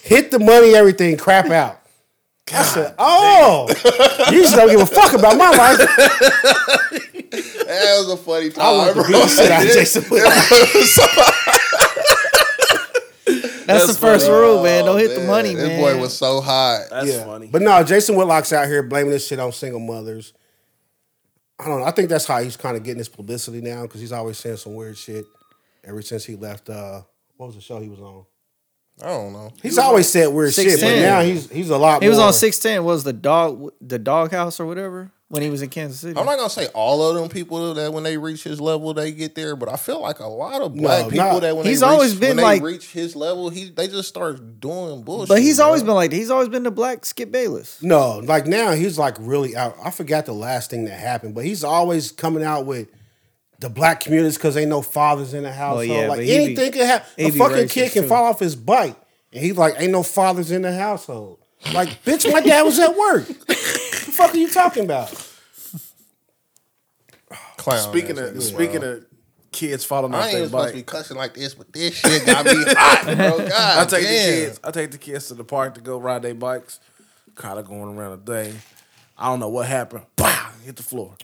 Hit the money, everything, crap out. I said, "Oh, you just don't give a fuck about my <laughs> life." that was a funny I time, want to bro. beat the shit <laughs> out of Jason Whitlock. That's, the first rule, man. Don't hit the Oh, Man, money, this man. boy was so hot. That's Yeah. funny. But no, Jason Whitlock's out here blaming this shit on single mothers. I don't know. I think that's how he's kind of getting his publicity now because he's always saying some weird shit ever since he left. Uh, what was the show he was on? I don't know. He's always said weird shit, but 6'10". now he's he's a lot. he was more- on six ten. Was the dog the dog house or whatever when he was in Kansas City? I'm not gonna say all of them people that when they reach his level they get there, but I feel like a lot of No, black people not- that when He's they always reach, been when they like- reach his level, he they just start doing bullshit. but he's bro. always been like that. He's always been the black Skip Bayless. No, like now he's like really out. I forgot the last thing that happened, but he's always coming out with the black communities because ain't no fathers in the house. yeah, like but he be- anything can happen. he A be fucking racist, kid can too. fall off his bike, and he's like, "Ain't no fathers in the household." Like, bitch, my dad was at work. <laughs> the fuck are you talking about? Clown Speaking ass of niggas, speaking bro. of kids falling I off ain't their even supposed to be bike. cussing like this, but this shit got <laughs> me hot, bro. God, I take damn. the kids. I take the kids to the park to go ride their bikes. Kind of going around the thing. I don't know what happened. Bah! Hit the floor.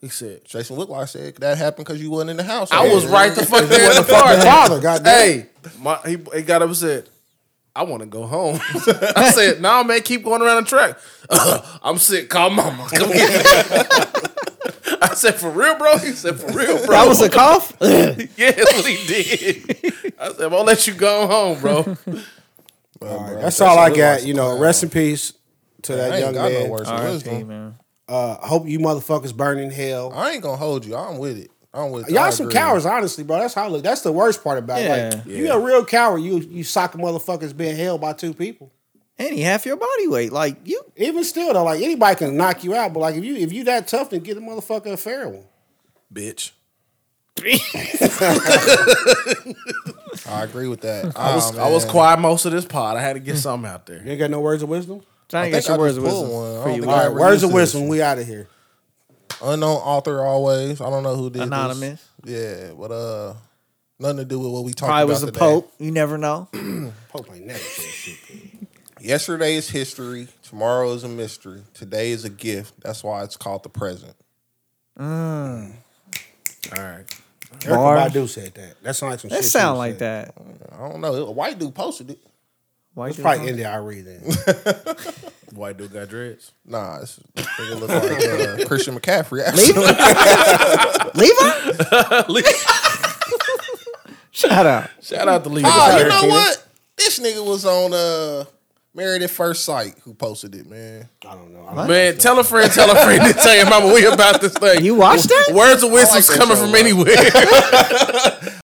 He said, Jason Whitlock said that happened because you wasn't in the house. "I was right <laughs> the fuck there in the park." Father, goddamn. Hey, my, he, he got upset. I want to go home. <laughs> I said, "No, nah, man, keep going around the track." <laughs> I'm sick. Call mama. <laughs> Come get me. <laughs> I said, "For real, bro." He said, "For real, bro." <laughs> That was <laughs> a cough. yeah, that's what he did. I said, "I'll let you go home, bro." <laughs> Well, bro, That's Jason all I Whitlock's got. a You know, clown. rest in peace to I that ain't young got no man. words of R.I.P. wisdom. man. Uh, hope you motherfuckers burn in hell. I ain't gonna hold you. I'm with it. I'm with it. I Y'all some agree. cowards, honestly, bro. That's how I look. That's the worst part about it. Like, Yeah. you a real coward. You you sock a motherfuckers being held by two people. And he half your body weight. Like you, Even still though, like anybody can knock you out, but like if you if you that tough, then get a motherfucker a fair one. Bitch. I agree with that. Ah, I was I was quiet most of this pod. I had to get something out You there. ain't got no words of wisdom. Johnny I got think your I words just of pulled wisdom one. I for don't you. think I All ever- right. Words of used to this wisdom. We out of here. unknown author always. I don't know who did this. Anonymous. Yeah, but uh, nothing to do with what we talked Probably about was the today. Pope. You never know. Hope ain't never said shit. Yesterday is history. Tomorrow is a mystery. Today is a gift. That's why it's called the present. All right. Erykah Bars. Badu said that. That sound like some That shit she sound would like say. that. I don't know. A white dude posted it. Why It's you probably doing- India Irie then. <laughs> White dude got dreads. Nah, it's, it look <laughs> like uh, Christian McCaffrey. Actually, Levi? <laughs> Levi? Shout out. <laughs> Shout out to Lee. oh, you Sorry, Ah, Oh, know Kenan. what? This nigga was on uh Married at First Sight, who posted it, man. I don't know. I don't- Man, tell a friend, tell a friend to tell your mama we about this thing. You watched that? Words of I like wisdom's that coming show from a lot. anywhere.